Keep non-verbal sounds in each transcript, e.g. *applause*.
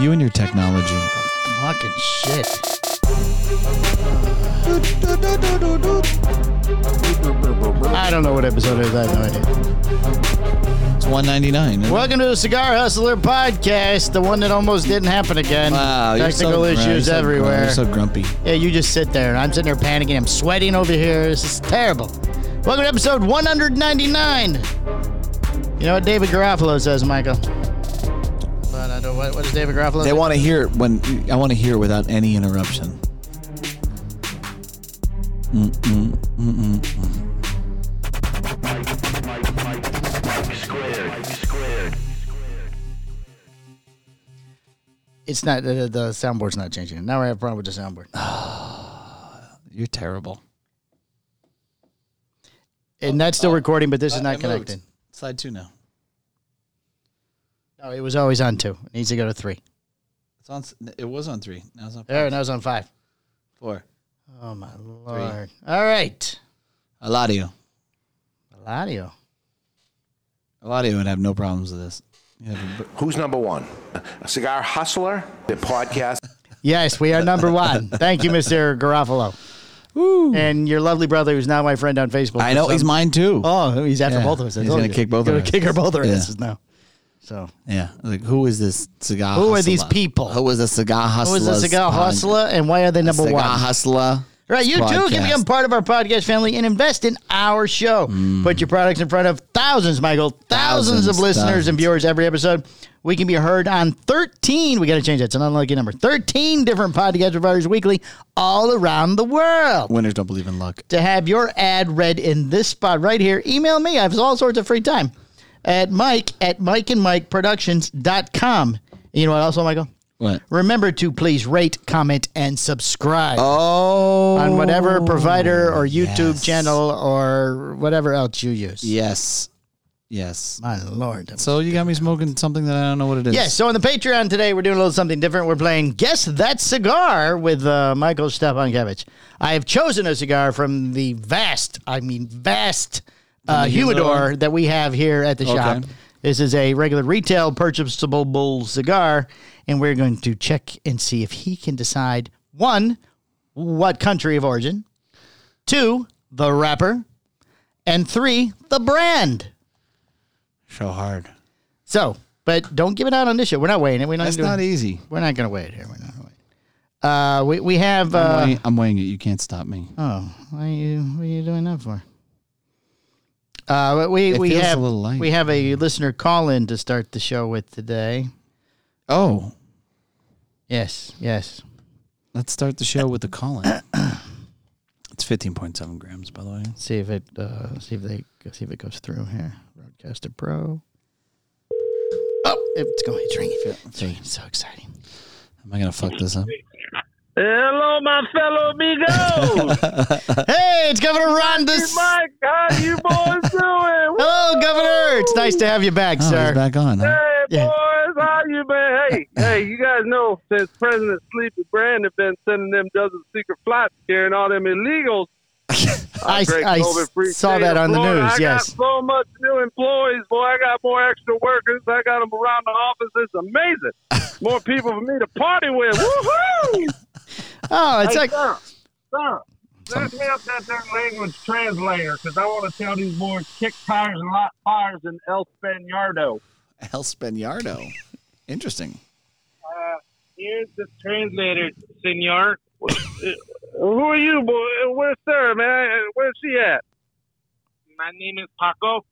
You and your technology. Fucking shit. I don't know what episode it is. I have no idea. It's 199. Welcome to the Cigar Hustler podcast, the one that almost didn't happen again. Wow, you're so Technical gr- you're issues so gr- everywhere. You're so grumpy. yeah, you just sit there, and I'm sitting there panicking. I'm sweating over here. This is terrible. Welcome to episode 199. You know what David Garofalo says, Michael? But I don't. What, what does David Garofalo? They say? want to hear it when I want to hear it without any interruption. It's not the, the- the soundboard's not changing. Now I have a problem with the soundboard. You're terrible. And that's Oh. still recording, but this is I not moved. connected. Slide two now. No, it was always on two. It needs to go to three. It's on. s- It was on three. Now it's on There, and I was on five. four. Oh my lord! All right, Eladio. Eladio. Eladio would have no problems with this. You have a b- Who's number one? Cigar Hustler, the podcast. Yes, we are *laughs* number one. Thank you, Mister Garofalo, and your lovely brother, who's now my friend on Facebook. I know he's my. mine too. Oh, he's after Yeah, both of us. I he's told gonna you. kick both He's of gonna us. Kick her both of Yeah. us now. So Yeah. Like, who is this cigar? Who are hustler? these people? Who is the cigar who hustler? is the cigar hustler, and why are they number Cigar one? hustler. Right, you too can podcast. Mm. become part of our podcast family and invest in our show. Put your products in front of thousands, Michael, thousands, of Thousands, listeners thousands. and viewers every episode. We can be heard on 13, we got to change that, it's an unlucky number, 13 different podcast providers weekly all around the world. Winners don't believe in luck. To have your ad read in this spot right here, email me. I have all sorts of free time at mike at mikeandmikeproductions.com. You know what also, Michael? What? Remember to please rate, comment, and subscribe Oh. on whatever provider or YouTube yes. channel or whatever else you use. Yes. Yes. My lord. So you got me smoking something that I don't know what it is. Yes, so on the Patreon today, we're doing a little something different. We're playing Guess That Cigar with uh, Michael Stepankevich. I have chosen a cigar from the vast, I mean, vast uh, the humidor humidor? that we have here at the shop. This is a regular retail purchasable bull cigar, and we're going to check and see if he can decide one, what country of origin, two, the wrapper, and three, the brand. So hard. So, but don't give it out on this show. We're not weighing it. We're not That's doing not easy. We're not going to wait here. We're not going to wait. Uh, we, we have. Uh, I'm, weighing, I'm weighing it. You can't stop me. oh, what are, you, what are you doing that for? Uh, but we It we feels a have little light. we have a listener call in to start the show with today. Oh, Yes, yes. let's start the show with the calling. it's 15.7 grams, by the way. See if it uh, see if they see if it goes through here. Roadcaster Pro. Oh, it's going. It's ringing. It's ringing. So exciting. Am I gonna fuck this up? Hello, my fellow *laughs* amigos. Hey, it's Governor Ron. DeS- Mike, how you boys doing? Hello, Governor. It's nice to have you back, Oh, sir. he's back on. huh? Hey, Yeah. boys, how you been? Hey, hey, you guys know since President Sleepy Brandon been sending them dozens of secret flights, carrying all them illegals. *laughs* I, Great I COVID-free saw state that of on the Florida. news. I Yes. got so much new employees, boy. I got more extra workers. I got them around the office. *laughs* It's amazing. More people for me to party with. Woohoo! Oh, it's Hey, like sir, sir, let me up that there language translator because I want to tell these boys kick tires and light fires in El Spaniardo. *laughs* El Spaniardo. Interesting. Here's the translator, senor. Who are you, boy? Where's sir, man? Where's she at? My name is Paco.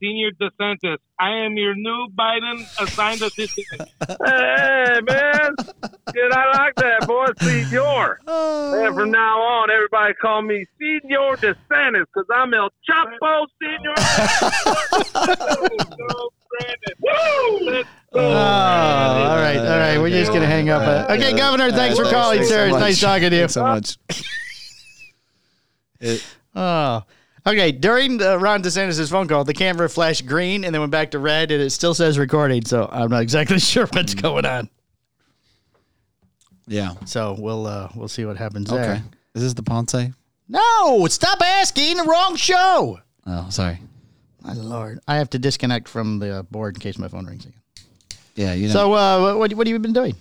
Senior DeSantis, I am your new Biden assigned assistant. *laughs* hey, man. Did I like that, boy? Senor. Oh. And from now on, everybody call me Senor DeSantis because I'm El Chapo Senor. *laughs* Woo! Let's go, Oh, Brandon. all right, all right. We're just gonna hang up. on it. Okay, Governor, thanks for calling, sir. It's nice talking to you. so much. It- Oh, okay. During uh, Ron DeSantis' phone call, the camera flashed green and then went back to red, and it still says recording. So I'm not exactly *laughs* sure what's going on. yeah. So we'll uh, we'll see what happens Okay. there. Is this the Ponce? No, stop asking. The wrong show. Oh, sorry. My lord, I have to disconnect from the uh, board in case my phone rings again. Yeah, you know. So, uh, what what have you been doing?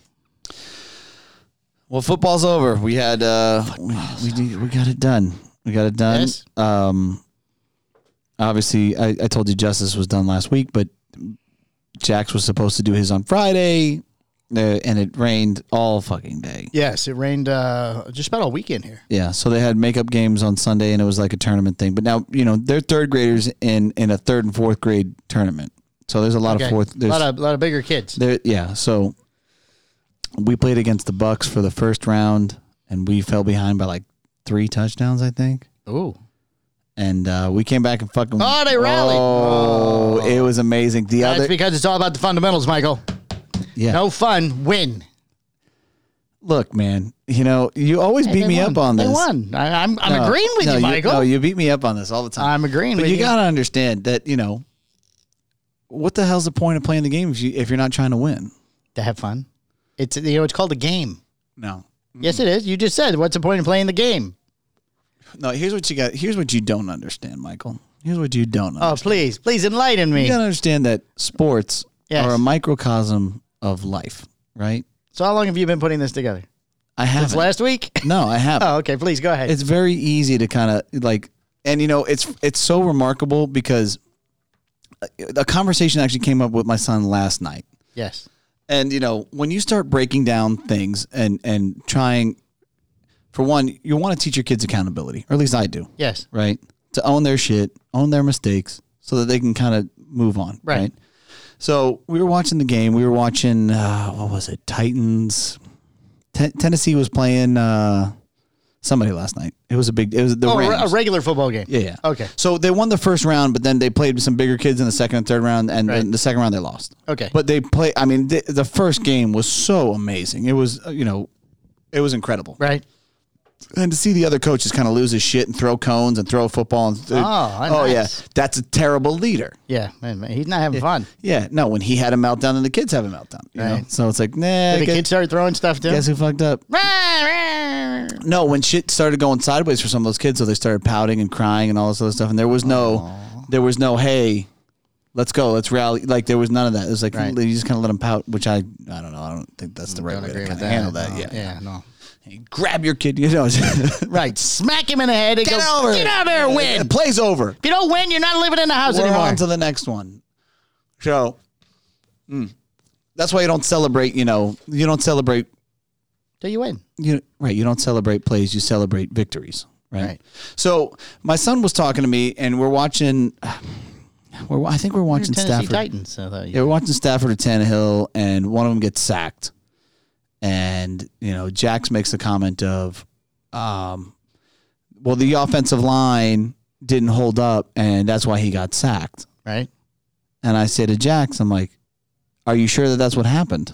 well, football's over. We had uh, we, we, did- we got it done. We got it done. Yes. Um, obviously, I, I told you justice was done last week, but Jax was supposed to do his on Friday, uh, and it rained all fucking day. Yes, it rained uh, just about all weekend here. Yeah, so they had makeup games on Sunday, and it was like a tournament thing. But now you know they're third graders in in a third and fourth grade tournament. So there's a lot Okay. of fourth. a There's, lot of lot of bigger kids. there, yeah. So we played against the Bucks for the first round, and we fell behind by like three touchdowns, I think. Ooh, And uh, we came back and fucking. Oh, they rallied. Oh, it was amazing. The that's other, because it's all about the fundamentals, Michael. yeah. No fun, win. Look, man, you know you always beat They me won. up on this. They won. I, I'm I'm No, agreeing with no, you, Michael. no, you beat me up on this all the time. I'm agreeing But with you, you. gotta understand that you know what the hell's the point of playing the game if you if you're not trying to win? to have fun. It's you know it's called a game. No, Yes, it is. You just said what's the point in playing the game? no. Here's what you got. Here's what you don't understand, Michael. Here's what you don't. Oh, Understand. please, please enlighten me. You gotta understand that sports Yes. are a microcosm of life, right? So how long have you been putting this together? I haven't. Since last week? *laughs* no, I haven't. Oh, okay. Please go ahead. It's very easy to kind of like, and you know, it's it's so remarkable because uh, a conversation actually came up with my son last night. yes. and you know when you start breaking down things and and trying for one you want to teach your kids accountability or at least i do Yes. right to own their shit own their mistakes so that they can kind of move on Right. right. so we were watching the game we were watching uh, what was it titans Ten tennessee was playing uh, somebody last night it was a big it was the Oh, a re- a Rams. regular football game. yeah, yeah Okay. so they won the first round but then they played some bigger kids in the second and third round and Right. then the second round they lost Okay. but they play. I mean, the, the first game was so amazing. It was, uh, you know, it was incredible. right. And to see the other coaches kind of lose his shit and throw cones and throw football. And th- Oh, nice. yeah, that's a terrible leader. Yeah. Man, man, he's not having fun. Yeah, no. When he had a meltdown, and the kids have a meltdown. You know? Right. So it's like, nah. Did the guess, kids started throwing stuff too. guess who fucked up? Rah, rah. No, when shit started going sideways for some of those kids, so they started pouting and crying and all this other stuff. And there was no, there was no, hey, let's go, let's rally. Like there was none of that. It was like Right. Mm, you just kind of let them pout, which I, I don't know, I don't think that's the right Don't way agree to with kind of handle that. that. No. yeah. Yeah. No. You grab your kid, you know, *laughs* Right. Smack him in the head and get go. over, Get it. out of there. and Win. The play's over. If you don't win, you're not living in the house We're anymore. on to the next one. So, mm, that's why you don't celebrate. You know, you don't celebrate Till you win. you right you don't celebrate plays you celebrate victories right? Right. so my son was talking to me and we're watching we're, i think we're watching Tennessee stafford Titans. So I thought you- yeah we're watching stafford or Tannehill, and one of them gets sacked and you know jax makes the comment of um, well the offensive line didn't hold up and that's why he got sacked Right. and I say to Jax, I'm like, "Are you sure that that's what happened?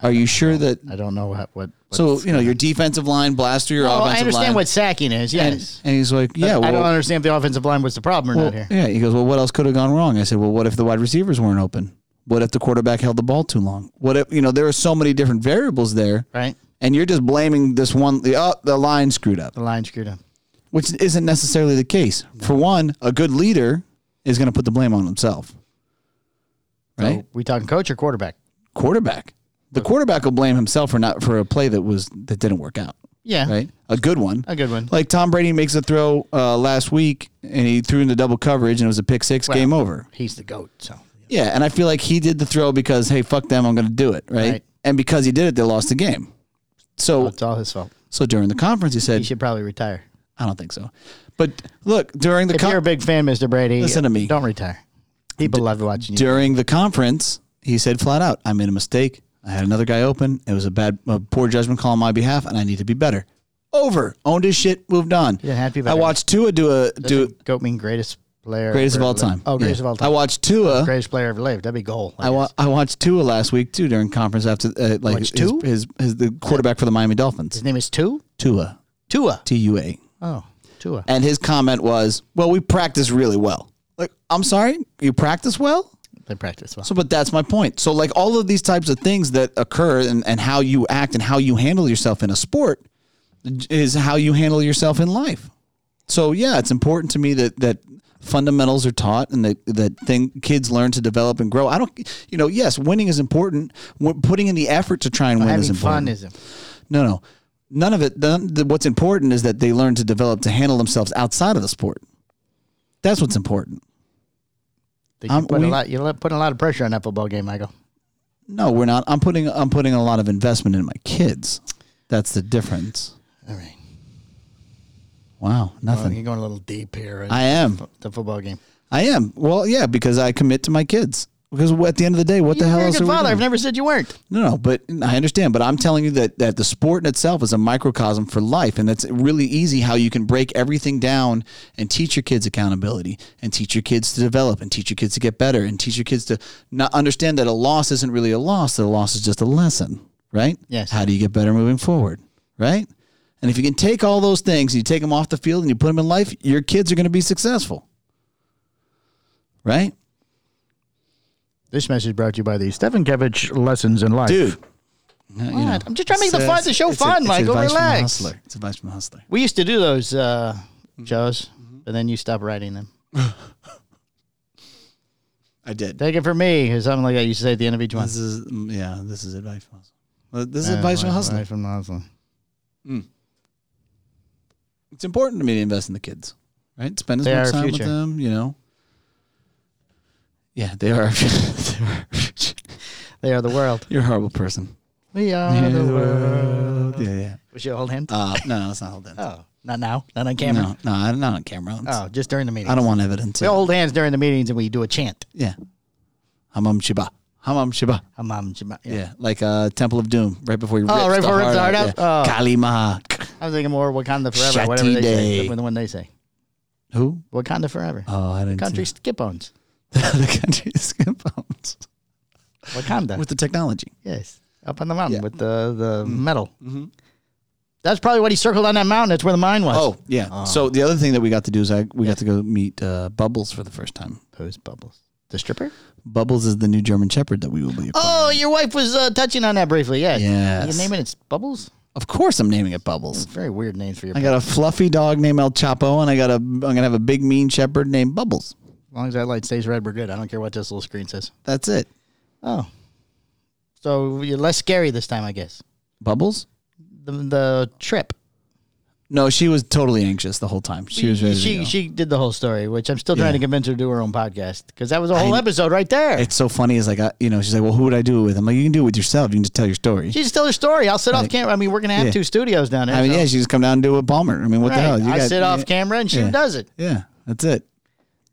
Are you sure that I don't know what. what so what's- you know your defensive line blasts through your Oh, offensive I understand line. what sacking is. and, Yes. and he's like, yeah, well, I don't understand if the offensive line was the problem or well, not here. yeah. He goes, well, what else could have gone wrong? I said, well, what if the wide receivers weren't open? What if the quarterback held the ball too long? What if you know there are so many different variables there, Right. and you're just blaming this one. The oh, the line screwed up, The line screwed up. which isn't necessarily the case. For one, a good leader is going to put the blame on himself, right? So Oh, we talking coach or quarterback? quarterback. The quarterback will blame himself for not for a play that was that didn't work out. Yeah. Right, a good one. A good one. Like Tom Brady makes a throw uh, last week, and he threw into double coverage, and it was a pick six. game over. He's the goat. So Yeah, and I feel like he did the throw because hey, fuck them, I'm going to do it. Right? Right. and because he did it, they lost the game. So it's all his fault. so during the conference, he He said, should probably retire. I don't think so. But look during the If you're a con- big fan, Mr. Brady, Listen to me. Don't retire. People love watching you. during the conference, he said flat out, I made a mistake. I had another guy open. It was a bad, a poor judgment call on my behalf, and I need to be better. Over, owned his shit, moved on. Yeah, happy I better. watched Tua do a do Doesn't goat mean greatest player. greatest of ever all lived? time. Oh, greatest Yeah. of all time. I watched Tua. greatest player ever lived. That'd be goal. I, wa- I watched Tua last week too during conference after uh, like his, Watched Tua? his his the quarterback for the Miami Dolphins his name is Two Tua Tua. T U A Oh, Tua. and his comment was well we practice really well like I'm sorry you practice well They practice well. So, but that's my point. So, like all of these types of things that occur and, and how you act and how you handle yourself in a sport is how you handle yourself in life. So yeah, it's important to me that that fundamentals are taught and that that thing kids learn to develop and grow. I don't, you know, yes, winning is important. W- Putting in the effort to try and win is Having important. fun is not no, no, none of it. None, the, what's important is that they learn to develop to handle themselves outside of the sport. That's what's important. That Um, you put we- a lot. You're putting a lot of pressure on that football game, Michael. No, we're not. I'm putting I'm putting a lot of investment in my kids. That's the difference. All right. Wow, Well, nothing. you're going a little deep here. Right? I am. the football game. I am. Well, yeah, because I commit to my kids. Because at the end of the day, what the hell You're a else good are we father. doing? I've never said you weren't. No, no, but I understand. But I'm telling you that, that the sport in itself is a microcosm for life. And that's really easy how you can break everything down and teach your kids accountability and teach your kids to develop and teach your kids to get better and teach your kids to not understand that a loss isn't really a loss, that a loss is just a lesson, right? Yes. How do you get better moving forward, right? And if you can take all those things and you take them off the field and you put them in life, your kids are going to be successful, right? This message brought to you by the Stefankevich Lessons in Life. Dude. Uh, you What? know. I'm just trying to make the It's a- fun, the show it's a- fun, it's Michael. advice from a Relax. hustler. Mm-hmm. It's advice from a hustler. We used to do those uh, shows, and then you stopped writing them. I did. Take it from me, or something like that. You used to say at the end of each one. This is mm, yeah. This is advice from a hustler. Well, This is advice from a hustler. Advice from a hustler. It's important to me to invest in the kids, right? Spend as They much are our time with future. them. You know. Yeah, they are. they are our *laughs* future. They are the world. You're a horrible person. We are uh, the world. Yeah, yeah. We should hold hands. Uh, no, no, it's not holding. oh, not now. Not on camera. no, no, I'm not on camera. It's- Oh, just during the meeting. I don't want evidence. We hold hands during the meetings and we do a chant. Yeah. Hamam Shiba. Hamam Shiba. Hammam Jama- yeah. Yeah, like uh, Temple of Doom, right before you. rips Oh, right the before it rips heart the heart out. out? Oh. Yeah. Kalima. I was thinking more Wakanda Forever, whatever they say. Shatide. Except for the one they say. Who? Wakanda Forever. Oh, I didn't. Country skip owns. *laughs* the country skin bones Wakanda. with the technology. yes. Up on the mountain Yeah. Mm-hmm. with the, the metal. That's probably what he circled on that mountain. That's where the mine was. Oh yeah. Ah. So the other thing that we got to do is I we got to go meet uh, Bubbles for the first time. Those bubbles. The stripper? Oh, Bubbles is the new German Shepherd that we will be. acquiring. Oh, your wife was uh, touching on that briefly. Yes. Yes. Your name it, it's Bubbles? Of course, I'm naming it Bubbles. Very weird names for your I got a fluffy dog named El Chapo, and I got a I'm gonna have a big mean shepherd named Bubbles. As long as that light stays red, we're good. I don't care what this little screen says. That's it. Oh. So you're less scary this time, I guess. Bubbles. The, the trip. No, she was totally anxious the whole time. She was ready. to she, go. she did the whole story, which I'm still trying Yeah. to convince her to do her own podcast because that was a whole episode right there. it's so funny. Is like I, you know, she's like, "Well, who would I do it with?" I'm like, "You can do it with yourself. You can just tell your story." she just told her story. I'll sit off Right. camera. I mean, we're gonna have Yeah. two studios down there. I mean, so- yeah, she just come down and do it with Palmer. I mean, what the Right. hell? You I got- sit off yeah. camera and she Yeah. does it. Yeah, that's it.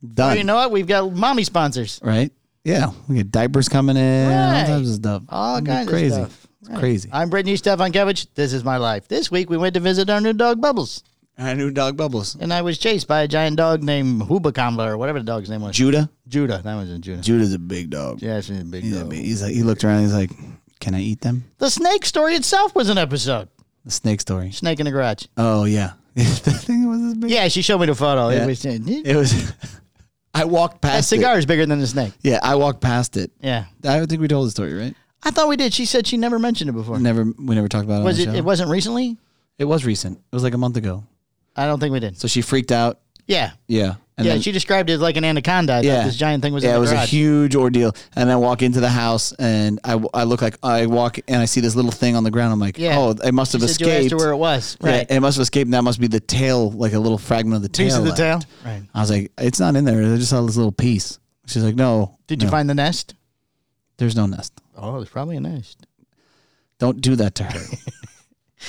Done. Well, you know what? We've got mommy sponsors. right? Yeah, we get diapers coming in, Right. all types of stuff. All It'd be kinds crazy. of stuff. It's Right. crazy. I'm Brittany Stefankevich. This is my life. This week we went to visit our new dog Bubbles, I knew dog bubbles. and I was chased by a giant dog named Hubakamba or whatever the dog's name was. Judah, Judah. That wasn't Judah. Judah's a big dog. yeah, it's a big He's, a dog. big- he's like he looked around. He's like, "Can I eat them?" The snake story itself was an episode. The snake story. Snake in the garage. Oh yeah, *laughs* that thing was as big. Yeah, she showed me the photo. It Yeah. was, it was. *laughs* I walked that past cigar is bigger than the snake. it. Yeah, I walked past it. Yeah, I don't think we told the story, right? I thought we did. She said she never mentioned it before. Never, we never talked about it. was on it? the It show. wasn't recently. It was recent. It was like a month ago. I don't think we did. So she freaked out. Yeah, Yeah. And yeah. then- she described it as like an anaconda. I thought this giant thing was yeah, in the it was garage. a huge ordeal. And I walk into the house, and I, w- I look like I walk, and I see this little thing on the ground. I'm like, Yeah. oh, it must she have said you asked escaped. her where it was. Yeah, Right. it must have escaped. And that must be the tail, like a little fragment of the tail. Piece of the left. tail. Right. I was like, it's not in there. I just saw this little piece. She's like, no. Did you no, find the nest? There's no nest. Oh, there's probably a nest. Don't do that *laughs* to her.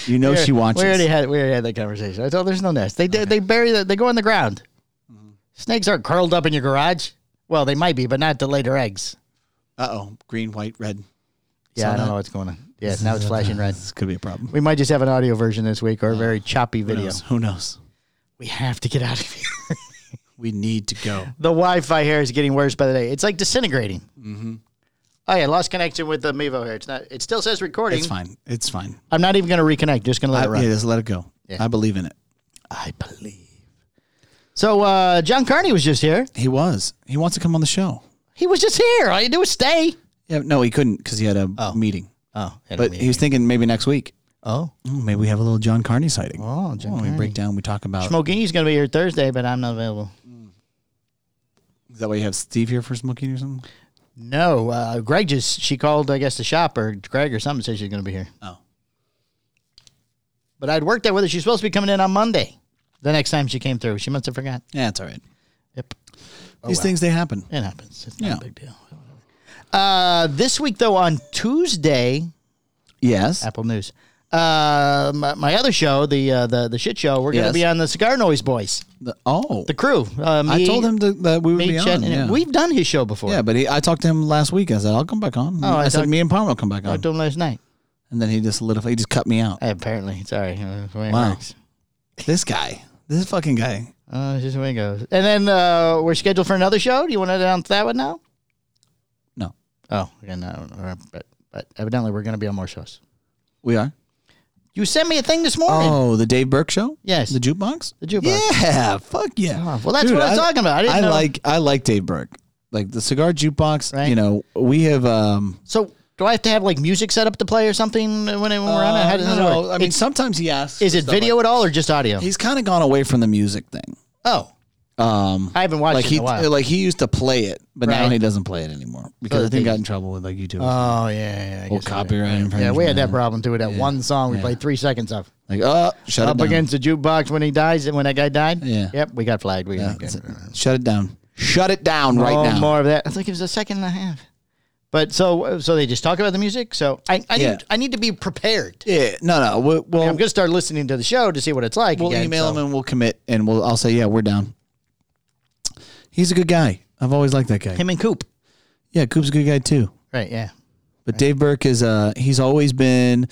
you know she watches. We already had we already had that conversation. I told her there's no nest. They they bury the, they go in the ground. Mm-hmm. Snakes aren't curled up in your garage. Well, they might be, but not to lay their eggs. Uh oh, green, white, red. Yeah, I Saw don't that. know what's going on. Yeah, now it's flashing red. This could be a problem. We might just have an audio version this week or a very choppy Ah, Who video. knows? Who knows? We have to get out of here. *laughs* We need to go. The Wi-Fi here is getting worse by the day. It's like disintegrating. Mm-hmm. Oh yeah, lost connection with the Mevo here. It's not. It still says recording. It's fine. It's fine. I'm not even going to reconnect. Just going to let I, it run. yeah, just let it go. Yeah. I believe in it. I believe. So uh, John Carney was just here. He was. He wants to come on the show. He was just here. All you do is stay. Yeah, no, he couldn't because he had a meeting. Oh, But he was thinking maybe next week. Oh, Ooh, maybe we have a little John Carney sighting. oh, Jim Why don't we break down. We talk about. Smokey's going to be here Thursday, but I'm not available. Is that why you have Steve here for smoking or something? No, uh, Greg just she called, I guess, the shop or Greg or something said she's going to be here. Oh. But I'd worked out whether she's supposed to be coming in on Monday. The next time she came through, she must have forgot. Yeah, it's all right. Yep, Oh, These things they happen. it happens. It's not Yeah. a big deal. Uh, this week though, on Tuesday, Yes. Apple News. Uh, my, my other show, the uh, the the shit show, we're going to Yes. be on the Cigar Noise Boys, The- oh, the crew. Uh, me, I told him to, that we would me, be Chet, on. and- Yeah. We've done his show before. yeah, but he, I talked to him last week. I said I'll come back on. Oh, I I, said talked- me and Palmer will come back I on. did him last night. And then he just solidified. He just cut me *laughs* out. Apparently, sorry. Uh, that's the way it Wow. works. This guy, this fucking guy. Uh, it's just the way it goes. And then uh, we're scheduled for another show. Do you want to announce that one now? No, Oh, yeah, no, no, but but evidently we're going to be on more shows. we are. You sent me a thing this morning. Oh, the Dave Burke show. Yes. the jukebox. The jukebox. Yeah, fuck yeah. Oh, well, that's what I was talking about. I didn't know. like I like Dave Burke. Like the cigar jukebox. Right. You know, we have. um So do I have to have like music set up to play or something when, when we're on it? How does Uh, no, this no, work? I mean, It's- sometimes he asks. is for it stuff like- video at all or just audio? he's kind of gone away from the music thing. Oh, Um, I haven't watched like it he in a while. like he used to play it, but now Right. he doesn't play it anymore because So I think he they- got in trouble with like YouTube. oh yeah, yeah, yeah. I Well, guess I- copyright Yeah, we had infringement, that yeah. problem too with that one song we yeah. played three seconds of. like oh, shut it Up down. against the jukebox when he dies and when that guy died. Yeah. Yep, we got flagged. We Yeah, that's it. Shut it down. Shut it down right Oh, now. More of that. I think it was a second and a half. But so so they just talk about the music. So I I, Yeah. need, I need to be prepared. Yeah, no, no. we- Well, I'm gonna start listening to the show to see what it's like. we'll again, email so- him and we'll commit, and we'll. I'll say, yeah, we're down. He's a good guy. I've always liked that guy. him and Coop. Yeah, Coop's a good guy too. Right. Yeah. But Dave Burke is uh he's always been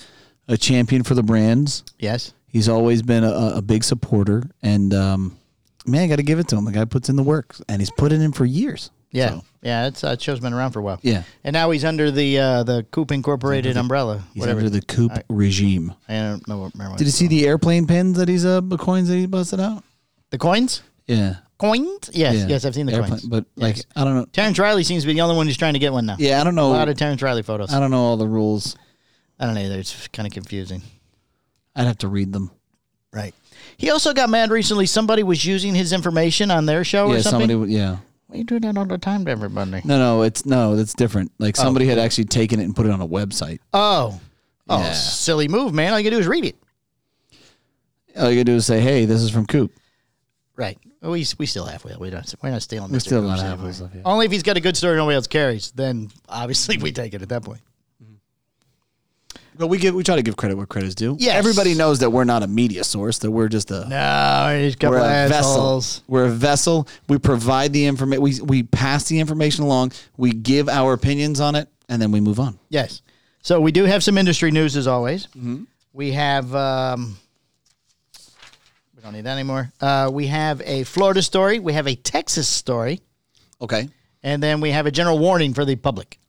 a champion for the brands. Yes. He's always been a, a big supporter, and um, man, I got to give it to him. The guy puts in the work, and he's put it in for years. Yeah. So, Yeah. It's uh, show's been around for a while. yeah. And now he's under the uh, the Coop Incorporated umbrella. He's whatever. under the Coop regime. I don't know. what- Remember what Did you it's see called. the airplane pins that he's uh the coins that he busted out? the coins? Yeah. Coins? Yes. yeah. Yes, I've seen the Airplane- coins. But like, Yes. I don't know. Terrence Riley seems to be the only one who's trying to get one now. Yeah, I don't A know. lot of Terrence Riley photos. I don't know all the rules. I don't know either. It's kind of confusing. I'd have to read them. Right. He also got mad recently. Somebody was using his information on their show Yeah, or something. somebody. would- Yeah. we do that all the time to everybody. No, no, it's no, that's different. Like somebody had actually taken it and put it on a website. Oh. Oh, Yeah. silly move, man. All you can do is read it. All you gotta do is say, "Hey, this is from Coop." Right. We, we still halfway. We don't, we're not stealing We're Mr. still Coop's not anymore. halfway stuff, yeah. Only if he's got a good story nobody else carries, then obviously *laughs* we take it at that point. But we give we try to give credit where credit's due. Yes. everybody knows that we're not a media source; that we're just a No, he's a couple we're a assholes. vessel. We're a vessel. We provide the information. We we pass the information along. We give our opinions on it, and then we move on. Yes. So we do have some industry news as always. We have um, we don't need that anymore. Uh, we have a Florida story. We have a Texas story, Okay, and then we have a general warning for the public.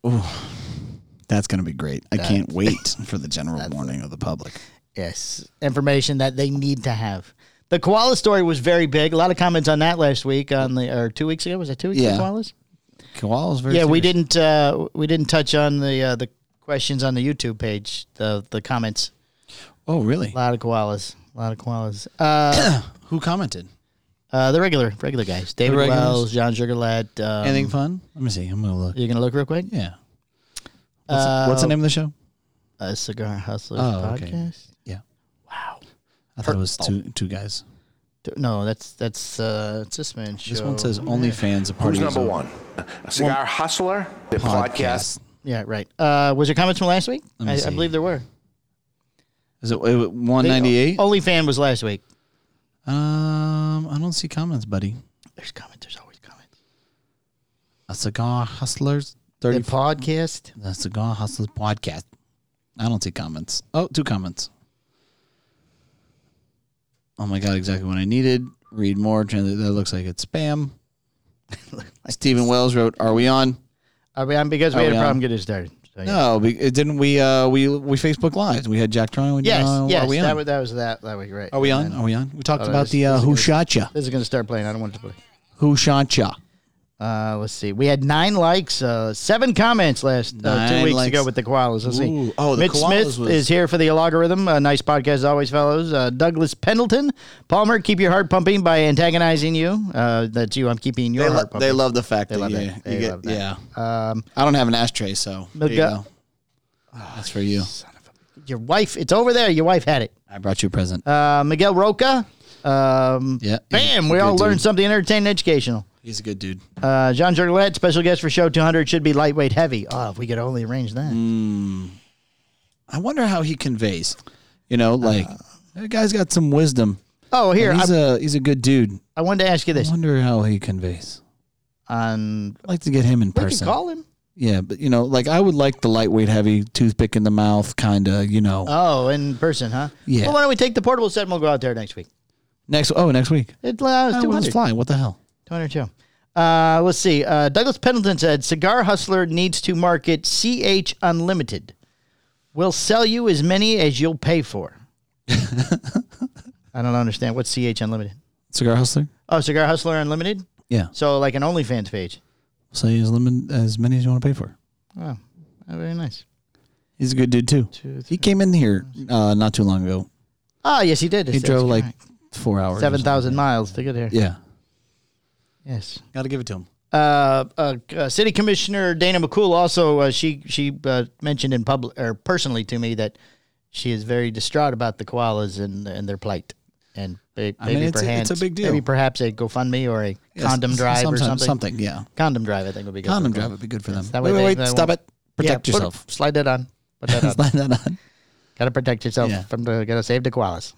that's gonna be great. I can't *laughs* wait for the general warning of the public. Yes, information that they need to have. The koala story was very big. A lot of comments on that last week on the or two weeks ago. Was that two weeks Yeah. ago? Koalas. Koala's very Yeah, we serious. didn't uh, we didn't touch on the uh, the questions on the YouTube page. The the comments. Oh, really? A lot of koalas. A lot of koalas. Uh, *clears throat* Who commented? Uh, the regular, regular guys. David regulars? Wells, John Sugarlat. Um, Anything fun? Let me see. I'm gonna look. You're gonna look real quick. Yeah. What's, what's the name of the show? Uh, Cigar Hustlers Oh, okay. podcast. Yeah. Wow. I thought it was two two guys. D- No, that's that's uh, it's this man's show. This one says OnlyFans. A party Who's is number over. one? A Cigar Hustler, the podcast. podcast. Yeah, right. Uh, was there comments from last week? me I, I see. believe there were. Is it one ninety eight? Only fan was last week. Um, I don't see comments, buddy. There's comments. There's always comments. A cigar hustlers The thirty. podcast. The cigar hustlers podcast. I don't see comments. Oh, two comments. Oh my god! Exactly what I needed. Read more. Translate. That looks like it's *laughs* spam. Stephen Wells wrote, "Are we on?" I mean, because we Are had a we problem on? getting started. So, yeah. No, we, it didn't we uh we we Facebook live. We had Jack Tron. We, Yes, uh, yes. Are we on? That was that was that that week, right? are we And on? then- Are we on? We talked Oh, about this- the this uh, is who good. shot ya? This is gonna start playing. I don't want it to play. Who shot ya? Uh, let's see. We had nine likes, uh, seven comments last uh, two Nine weeks likes. ago with the koalas. Let's see. Ooh. Oh, the Mitch koalas Smith was- is here for the logarithm. Uh, nice podcast as always, fellows. Uh, Douglas Pendleton, Palmer, keep your heart pumping by antagonizing you. Uh, that's you. I'm keeping your They, heart lo- pumping. they love the fact that love you, it. you They get love that. yeah. Um, I don't have an ashtray, so there you Milka- go. That's for you. your wife. It's over there. Your wife had it. I brought you a present. Uh, Miguel Roca. Um, Yeah, Bam. he's a We good all learned dude. something entertaining, and educational. He's a good dude. Uh, John Jurglett, special guest for show 200, should be lightweight heavy. Oh, if we could only arrange that. Mm. I wonder how he conveys. You know, like that guy's got some wisdom. Oh, Uh, here. And I, he's a he's a good dude. I wanted to ask I you this. wonder how he conveys. Um, I'd like to get him in we could person. call him. Yeah, but you know, like I would like the lightweight, heavy toothpick in the mouth kind of. You know, Oh, in person, huh? Yeah. Well, why don't we take the portable set and we'll go out there next week? next oh next week. It Oh, allows well, it's 200. flying. What the hell? 200 show. Uh, let's see. Uh, Douglas Pendleton said Cigar Hustler needs to market CH Unlimited. We'll sell you as many as you'll pay for. I don't understand. What's CH Unlimited? Cigar hustler. Oh, Cigar Hustler Unlimited? Yeah. So, like an OnlyFans page. So you as limit as many as you want to pay for. Oh, oh, very nice. He's a good dude too. He came in here uh, not too long ago. Ah, yes, he did. He That's drove like correct. four hours. or something. 7,000 miles to get here. Yeah. Yes. Got to give it to him. uh, uh, uh, City Commissioner Dana McCool also uh, she she uh, mentioned in public or personally to me that she is very distraught about the koalas and and their plight. And may- maybe I mean, it's a- perhaps it's a big deal. Maybe perhaps a GoFundMe or a Yeah, condom s- drive or sometime- something. Something, yeah. Condom drive, I think would be good. for Condom the koala. drive would be good for them. that way wait, they- wait, they wait. Stop won't- it. Protect Yeah, put- *laughs* yourself. slide that on. Put *laughs* that on. Slide that on. Gotta protect yourself Yeah. from the. Gotta save the koalas.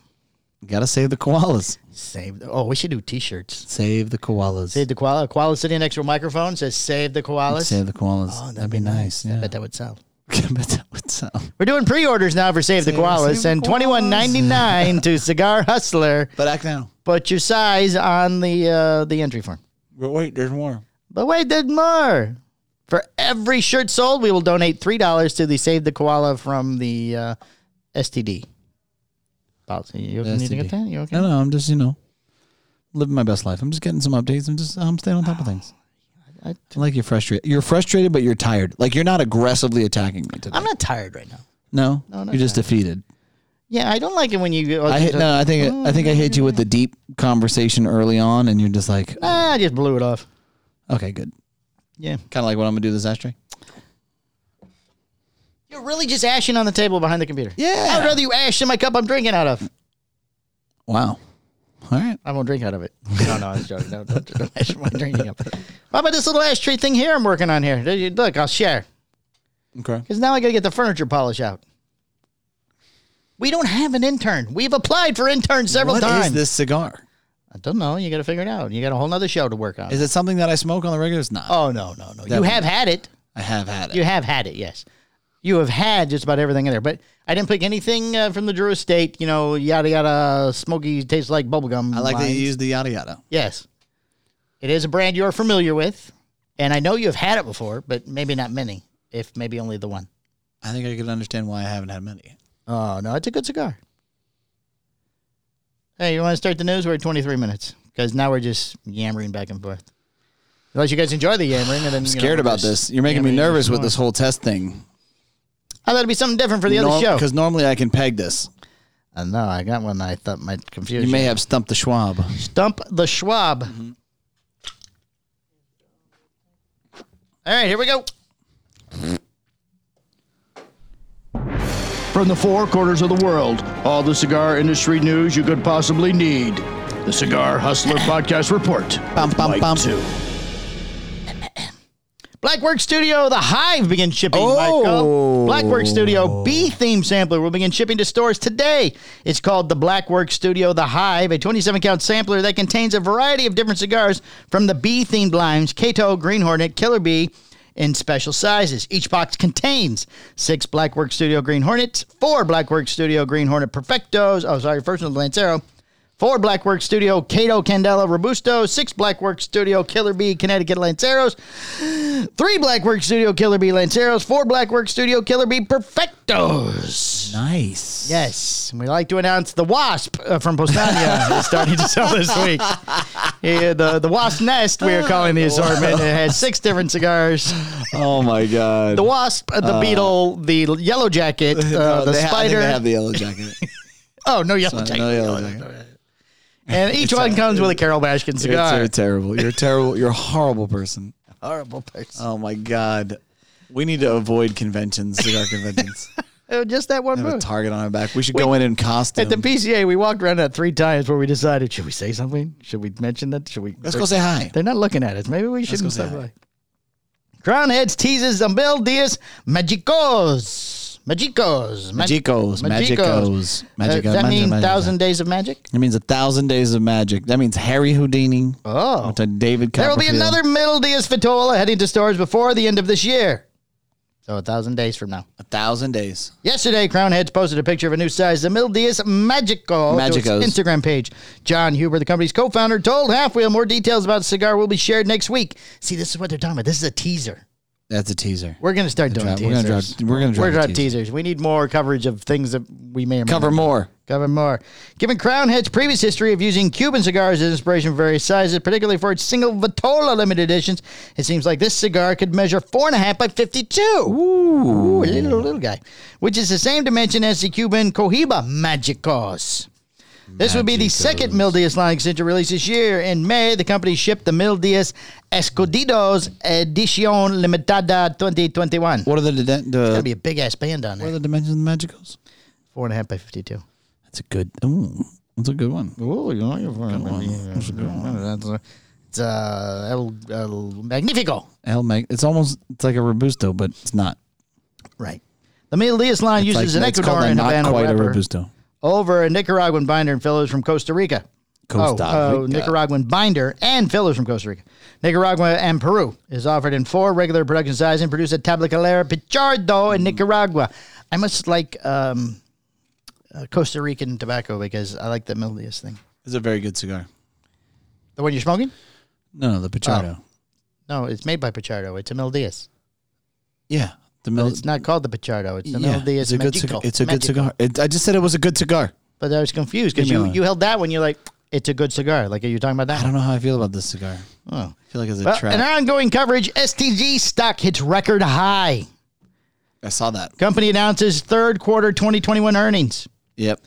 Gotta save the koalas. Save. The, oh, we should do T-shirts. Save the koalas. Save the koala. Koala sitting next to a microphone says, "Save the koalas." Save the koalas. Oh, that'd, be nice. I Yeah. *laughs* bet that would sell. I bet that would sound. We're doing pre-orders now for Save the Save- Koalas Save the and Koalas. twenty one ninety nine to Cigar Hustler. But act now. Put your size on the uh, the entry form. But wait, there's more. But wait, there's more. For every shirt sold, we will donate three dollars to the Save the Koala from the uh, STD policy. You The need to STD. get that? You okay? No, no, I'm just, you know, living my best life. I'm just getting some updates. I'm just, I'm staying on top of things. I- I- I like you're frustrated. You're frustrated, but you're tired. Like you're not aggressively attacking me today. I'm not tired right now. no, not you're just defeated. Yeah, I don't like it when you. Oh, I hit, no, I think I think I hit you with the deep conversation early on, and you're just like, Nah, Ah, I just blew it off. okay, good. Yeah, Kind of like what I'm gonna do this ashtray. you're really just ashing on the table behind the computer. Yeah. I'd rather you ash in my cup I'm drinking out of. Wow. All right. I won't drink out *laughs* of it. No, no, *laughs* I was joking. No, don't, don't ash my drinking up. How about this little ashtray thing here I'm working on here? There you- Look, I'll share. Okay. Because now I got to get the furniture polish out. We don't have an intern. We've applied for interns several What is times. this cigar? I don't know. You got to figure it out. You got a whole nother show to work on. Is it something that I smoke on the regular? It's not. oh, no, no, no. You would- have had it. I have had it. You have had it, yes. You have had just about everything in there. But I didn't pick anything uh, from the Drew Estate, you know, yada, yada, smoky, tastes like bubblegum. I like that lines. you use the yada yada. Yes. It is a brand you're familiar with, and I know you've had it before, but maybe not many, if maybe only the one. I think I could understand why I haven't had many. Oh, no, it's a good cigar. Hey, you want to start the news? We're at 23 minutes because now we're just yammering back and forth. Unless you guys enjoy the yammering, and then I'm scared about this. You're making me nervous with this whole test thing. I thought it'd be something different for the other show. Because normally I can peg this. I know I got one I thought might confuse You you. may Mm-hmm. have stumped the Schwab. Stump the Schwab. All right, here we go. From the four corners of the world, all the cigar industry news you could possibly need. The Cigar Hustler Podcast Report. Bum, bum, Mike bum. Two. Blackwork Studio, The Hive begins shipping. Michael. Oh. Blackwork Studio B theme sampler will begin shipping to stores today. It's called the Blackwork Studio, The Hive, a 27 count sampler that contains a variety of different cigars from the B themed lines Kato, Green Hornet, Killer Bee. In special sizes. Each box contains six Blackwork Studio Green Hornets, four Blackwork Studio Green Hornet Perfectos. Oh, sorry, first one's Lancero, Four Black Work Studio, Cato Candela Robusto. Six Black Work Studio, Killer Bee, Connecticut Lanceros. Three Black Work Studio, Killer Bee Lanceros. Four Black Work Studio, Killer Bee Perfectos. Nice. Yes, and we like to announce the Wasp uh, from Postania is starting to sell this week. Yeah, the the Wasp Nest we are calling the assortment. It has six different cigars: Oh my god. the Wasp, uh, the Beetle, the Yellow Jacket, uh, No, the they ha- I think Spider. they have the yellow *laughs* jacket. Uh, oh no, Yellow Jacket! no yellow jacket. And each one comes with a Carol Bashkin You're, cigar. you're terrible. You're terrible. You're a horrible person. horrible person. Oh my god. We need to avoid conventions, cigar *laughs* conventions. Uh, just that one Have a move. target on our back. We should go in in costume. At the PCA, we walked around that three times where we decided: should we say something? Should we mention that? Should we? Let's go say hi. They're not looking at us. Maybe we shouldn't go say stop hi. by. Crown heads, teases, umbil, dias, magicos. Magicos. Mag- Magicos, magicos, Uh, magic. does that mean thousand days of magic? It means a thousand days of magic. That means Harry Houdini Oh. to David. There will be Copperfield. another middle dias vitola heading to stores before the end of this year. So a thousand days from now. a thousand days. Yesterday, Crown Heads posted a picture of a new size of Middle Diaz Magico to its Magicos. Instagram page. John Huber, the company's co-founder, told Half Wheel more details about the cigar will be shared next week. See, this is what they're talking about. This is a teaser. That's a teaser. We're going to start doing Drop- we're teasers. gonna drop- we're gonna drop We're gonna teasers. teasers. We need more coverage of things that we may or may Cover not- more. cover more. Given Crown Head's previous history of using Cuban cigars as inspiration for various sizes, particularly for its single Vitola limited editions, it seems like this cigar could measure four and a half by fifty-two. Ooh, a little little guy, which is the same dimension as the Cuban Cohiba Magicos. This would be the second Mildias line extension release this year. In May, the company shipped the Mildias Escondidos Edición Limitada 2021. What are the the, That'd the be a big ass band on what are there. the dimensions of the magicals? Four and a half by 52. That's a good. Ooh, that's a good one. Oh, you like it for That's a good one. That's a, it's uh, El, El Magnifico. Hell, mag- it's almost it's like a robusto, but it's not. Right. The Mildias line It's uses like, an it's called Ecuador a and not Havana quite a wrapper robusto. over a Nicaraguan binder and fillers from Costa Rica. Costa oh, uh, Rica. Nicaraguan binder and fillers from Costa Rica. Nicaragua and Peru is offered in four regular production sizes and produced at Tabacalera Pichardo in Nicaragua. I must like um, uh, Costa Rican tobacco because I like the Mildias thing. It's a very good cigar. The one you're smoking? No, no, the Pichardo. Oh. No, it's made by Pichardo. It's a Mildias. Yeah, the But Mil- it's not called the Pichardo. It's the yeah, Melodias it's a good Magico. cigar. It's a good Magico. cigar. It, I just said it was a good cigar. But I was confused because Give me you, one. you held that one. You're like, it's a good cigar. Like, are you talking about that? I don't know how I feel about this cigar. Oh. I feel like it's a Well, trap. in our ongoing coverage, STG stock hits record high. I saw that. Company announces third quarter 2021 earnings. Yep.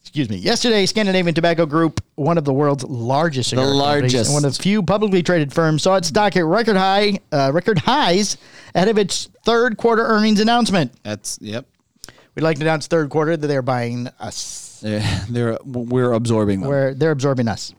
Excuse me. Yesterday, Scandinavian Tobacco Group, one of the world's largest, cigar companies largest. and one of the few publicly traded firms, saw its stock hit record high, uh, record highs ahead of its third quarter earnings announcement. That's yep. We'd like to announce third quarter that they're buying us. Yeah, *laughs* they're we're absorbing them. where they're absorbing us.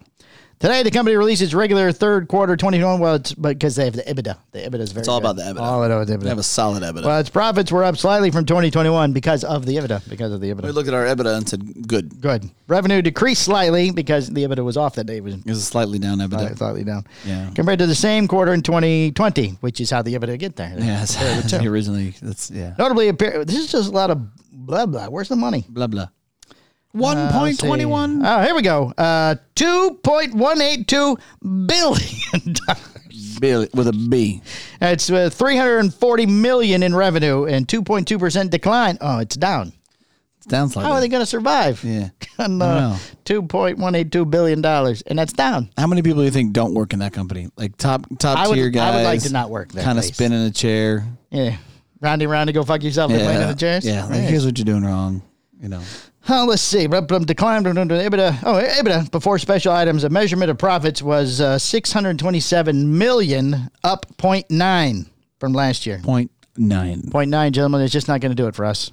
Today, the company releases regular third quarter 2021, well, it's, but because they have the EBITDA. The EBITDA is very It's all about the EBITDA. All about the we have a EBITDA. solid EBITDA. Well, its profits were up slightly from 2021 because of the EBITDA. Because of the we EBITDA. looked at our EBITDA and said, "Good." Good. Revenue decreased slightly because the EBITDA was off that day. It was It was a slightly down EBITDA. slightly down. Yeah. Compared to the same quarter in 2020, which is how the EBITDA get there. Yeah, that's *laughs* they originally. That's yeah. Notably, appear- this is just a lot of blah, blah. Where's the money? Blah blah. Uh, One let's point see. twenty one Oh, here we go. Uh, $2.182 billion. *laughs* billion with a B. It's uh, 340 million in revenue and 2.2 percent decline. Oh, it's down. It's down slightly. How are they going to survive? *laughs* yeah. On, I uh, know. 2.182 billion dollars, and that's down. How many people do you think don't work in that company? Like top top I would- tier guys. I would like to not work there, Kind of please. spin in a chair. Yeah, round and round to go fuck yourself. and land in the chairs. yeah. Like, Right. here's what you're doing wrong. You know. Oh, let's see. Blah, blah, decline. Blah, blah, blah, EBITDA. Oh, EBITDA before special items. A measurement of profits was uh, 627 million, up 0.9 from last year. Point nine. 0.9, gentlemen, it's just not going to do it for us.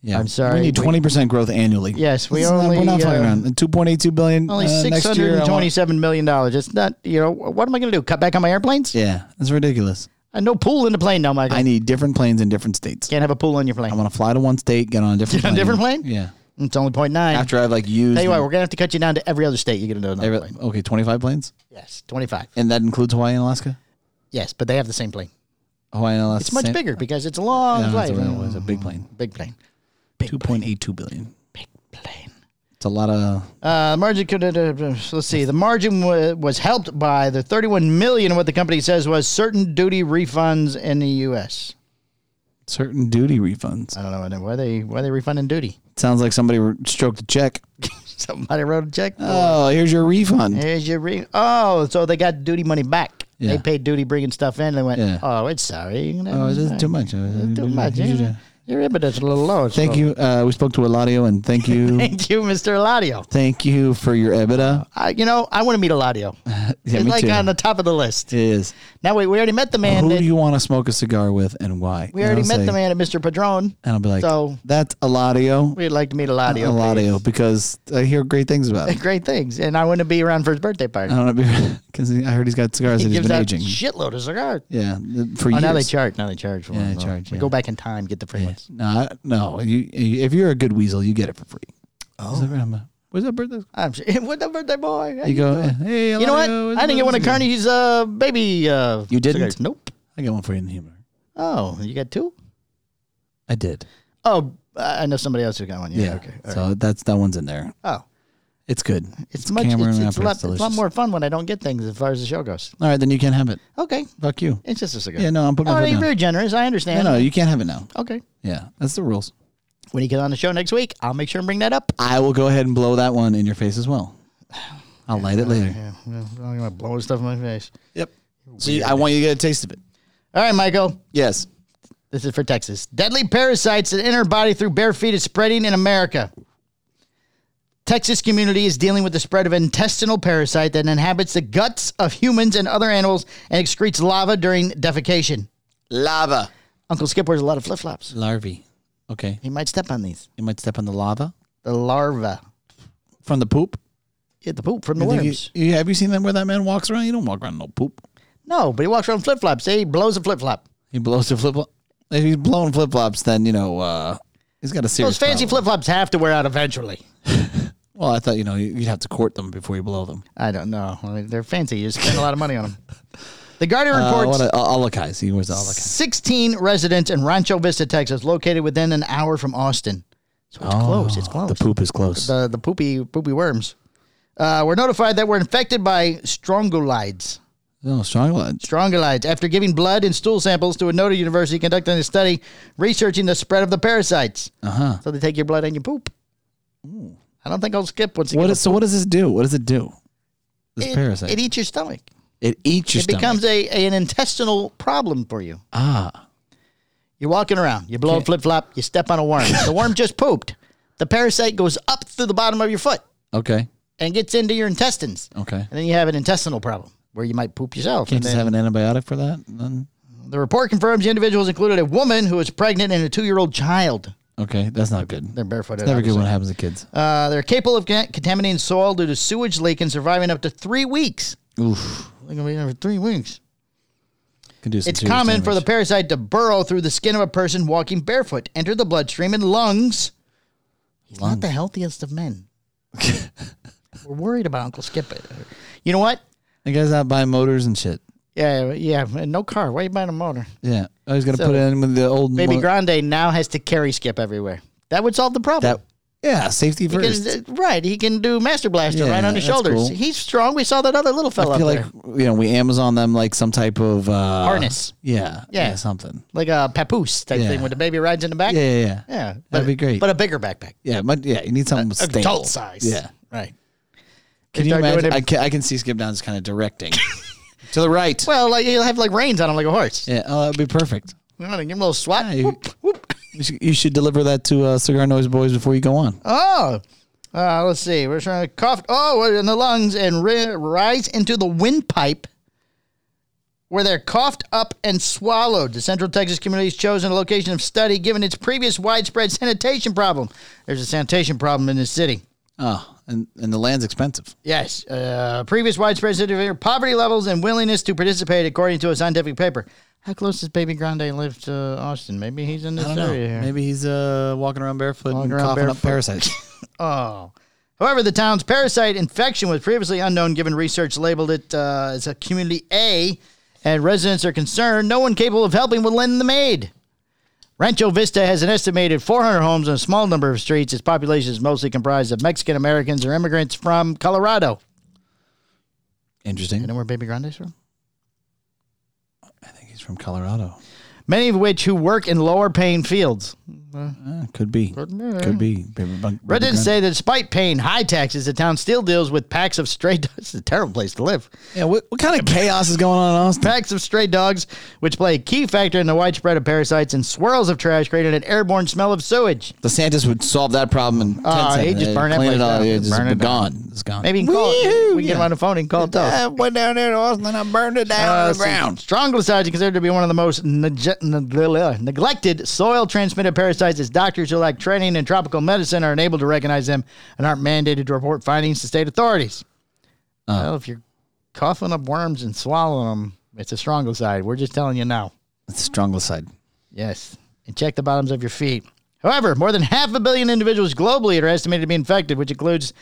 Yeah. I'm sorry, We need we- twenty percent growth annually. Yes, we This is not- only, we're not fucking uh, around. Two point eight two billion. Only uh, six next hundred year, I and want- twenty-seven million dollars. It's not, you know, what am I going to do? Cut back on my airplanes? Yeah, that's ridiculous. Uh, no pool in the plane, no, Michael. I need different planes in different states. Can't have a pool on your plane. I want to fly to one state, get on a different Get *laughs* on a different plane? Yeah. It's only point nine. After I've like used Tell you what, we're going to have to cut you down to every other state. You get another every- plane. okay, twenty five planes, Yes, twenty-five. and that includes Hawaii and Alaska. Yes, but they have the same plane. Hawaii and Alaska. It's much same- bigger uh, because it's a long Yeah, flight. that's what it was, a big plane. Big plane. Two point eight two billion. Big plane. It's a lot of Uh, margin could. uh, uh, Let's see. The margin wa- was helped by the 31 million. What the company says was certain duty refunds in the U.S. certain duty refunds. I don't know I don't- why they why they refunding duty. *laughs* sounds like somebody re- stroked a check. Somebody wrote a check. Oh, here's your refund. Here's your re- oh, so they got duty money back. They Yeah. paid duty bringing stuff in. They went, Yeah. oh, it's sorry. Oh, this is too much. Too much. Oh. Your your EBITDA a little low. so- Thank you. Uh, we spoke to Eladio, and thank you, *laughs* Thank you, Mr. Eladio. thank you for your EBITDA. I, you know, I want to meet Eladio. *laughs* Yeah, He's me like too. on the top of the list. It is. Now, wait, we already met the man. Who that- do you want to smoke a cigar with, and why? we already And I'll met the say- man at Mr. Padron. And I'll be like, So- that's Eladio, We'd like to meet Eladio. Uh, Eladio, because I hear great things about. *laughs* please. Him. *laughs* Great things. And I want to be around for his birthday party. I don't know because I heard he's got cigars he that Uh, he's gives been out aging. shitload of cigars. Yeah, th- for Oh, years. now they charge. Now they charge for Yeah, them. they Well, charge, We yeah. go back in time, get the free Yeah. ones. No, I, no. You, you, if you're a good weasel, you get it for free. Oh, where's that birthday? I'm sure. *laughs* What's up, birthday boy? How You go. Hey, You know what? Eladio, where's I didn't the get one of cigar?" Carney's uh, baby. Uh, You didn't? cigars. Nope. I got one for you in the humidor. Oh, you got two? I did. Oh, I I know somebody else who got one. Yeah. Yeah. Okay. all so right. that's that one's in there. Oh, It's good. it's, much. Cameron It's, wrapper. it's, a lot, it's a lot delicious. more fun when I don't get things as far as the show goes. All right, then you can't have it. Okay. Fuck you. It's just a cigar. Yeah, no, I'm putting All my foot right, Oh, down. you're very generous. I No, understand. no, you can't have it now. Okay. Yeah, that's the rules. When you get on the show next week, I'll make sure and bring that up. I will go ahead and blow that one in your face as well. I'll light it later. Yeah. well, I'm gonna blow stuff in my face. Yep. So you, I want you to get a taste of it. All right, Michael. Yes. This is for Texas. Deadly parasites that enter body through bare feet is spreading in America. Texas community is dealing with the spread of intestinal parasite that inhabits the guts of humans and other animals and excretes lava during defecation. Lava. Uncle Skip wears a lot of flip flops. Larvae. Okay. He might step on these. You might step on the lava The larva. from the poop. Yeah, the poop from the You think worms. you- you- have you seen them where that man walks around? You don't walk around in no poop. No, but he walks around flip flops. He blows a flip flop. He blows the flip flop. If he's blowing flip flops, then, you know, uh, he's got a serious. Those fancy problem. flip flops have to wear out eventually. Well, I thought, you know, you'd have to court them before you blow them. I don't know. I mean, they're fancy. You spend a lot of money on them. The Guardian Uh, reports what a, Alakai. He wears the Alakai. 16 residents in Rancho Vista, Texas, located within an hour from Austin. So it's close. It's close. Oh, The poop is close. The, the poopy poopy worms. Uh, were notified that were infected by strongylides. no, Oh, strong line. Strongylides. After giving blood and stool samples to a noted university conducting a study researching the spread of the parasites. Uh huh. So they take your blood and your poop. I don't think I'll skip what's Hmm. What is, so what does this do? What does it do? This it, parasite. It eats your stomach. It eats your it stomach. becomes a, a- an intestinal problem for you. ah. You're walking around, you blow a flip flop, you step on a worm. the worm just pooped. The parasite goes up through the bottom of your foot Okay. and gets into your intestines. Okay. And then you have an intestinal problem where you might poop yourself. Can't And just then have an antibiotic for that. None? the report confirms the individuals included a woman who was pregnant and a two year old child. Okay, that's not good. They're barefooted. Never good obviously. when it happens to kids. Uh, they're capable of con- contaminating soil due to sewage leak and surviving up to three weeks. Oof. They're going to be in there for three weeks. Can do some It's serious common for the damage. parasite to burrow through the skin of a person walking barefoot, enter the bloodstream and lungs. He's not the healthiest of men. *laughs* We're worried about Uncle Skip. You know what? The guy's out buying motors and shit. Yeah, yeah. and No car. Why are you buying a motor? Yeah. Oh, he's gonna So- put it in with the old Baby mo- Grande now has to carry Skip everywhere. That would solve the problem. that. Yeah, safety He can- first. right, he can do Master Blaster Yeah, right on his that's shoulders. cool. He's strong. We saw that other little I fella up feel like there, you know we Amazon them like some type of uh, Harness. Yeah, Yeah. yeah, something. like a papoose type Yeah. thing with the baby rides in the back. Yeah, yeah, yeah. yeah, That'd be great. But a bigger backpack, Yeah, but yeah, you need something stable. adult size. Yeah. right. Can They you start doing imagine? it- I can, I can see Skip Downs kind of *laughs* directing to the right. Well, like he'll have like reins on him like a horse. Yeah, oh, that'd be perfect. You know, give him a little swat. Yeah, you- Whoop, whoop. You should, you should deliver that to uh, Cigar Noise Boys before you go on. Oh, uh, let's see. We're trying to cough. Oh, we're in the lungs and ri- rise into the windpipe, where they're coughed up and swallowed. The Central Texas community has chosen a location of study given its previous widespread sanitation problem. There's a sanitation problem in this city. Oh, and, and the land's expensive. Yes, uh, previous widespread city poverty levels and willingness to participate, according to a scientific paper. How close does Baby Grande live to Austin? Maybe he's in this I area don't know. here. Maybe he's uh, walking around barefoot and Walking around coughing barefoot. up parasites. Oh. However, the town's parasite infection was previously unknown, given research labeled it uh, as a community A, and residents are concerned no one capable of helping will lend the aid. Rancho Vista has an estimated 400 homes and a small number of streets. Its population is mostly comprised of Mexican Americans or immigrants from Colorado. *laughs* You Interesting. know where Baby Grande's from? I think he's from Colorado. Many of which who work in lower paying fields. Uh, could be. Could be. Baby bun- baby Redditors gun. say that despite paying high taxes, the town still deals with packs of stray dogs. *laughs* It's a terrible place to live. Yeah, what, what kind of chaos is going on in Austin? Packs of stray dogs, which play a key factor in the widespread of parasites and swirls of trash, creating an airborne smell of sewage. DeSantis would solve that problem in 10 Oh, he'd seconds. just burn that Clean place it all. down. It's Burn it down. gone. It's gone. Maybe you can call it. Woo-hoo, We can get him yeah. on the phone and call it tough. I went down there to Austin and I burned it down Uh, Strong glycosides are considered to be one of the most nege- neg- uh, neglected soil transmitted parasites, as doctors who lack training in tropical medicine are unable to recognize them and aren't mandated to report findings to state authorities. well, if you're coughing up worms and swallowing them, it's a strong glycoside. We're just telling you now. It's strongleside. Yes. And check the bottoms of your feet. However, more than half a billion individuals globally are estimated to be infected, which includes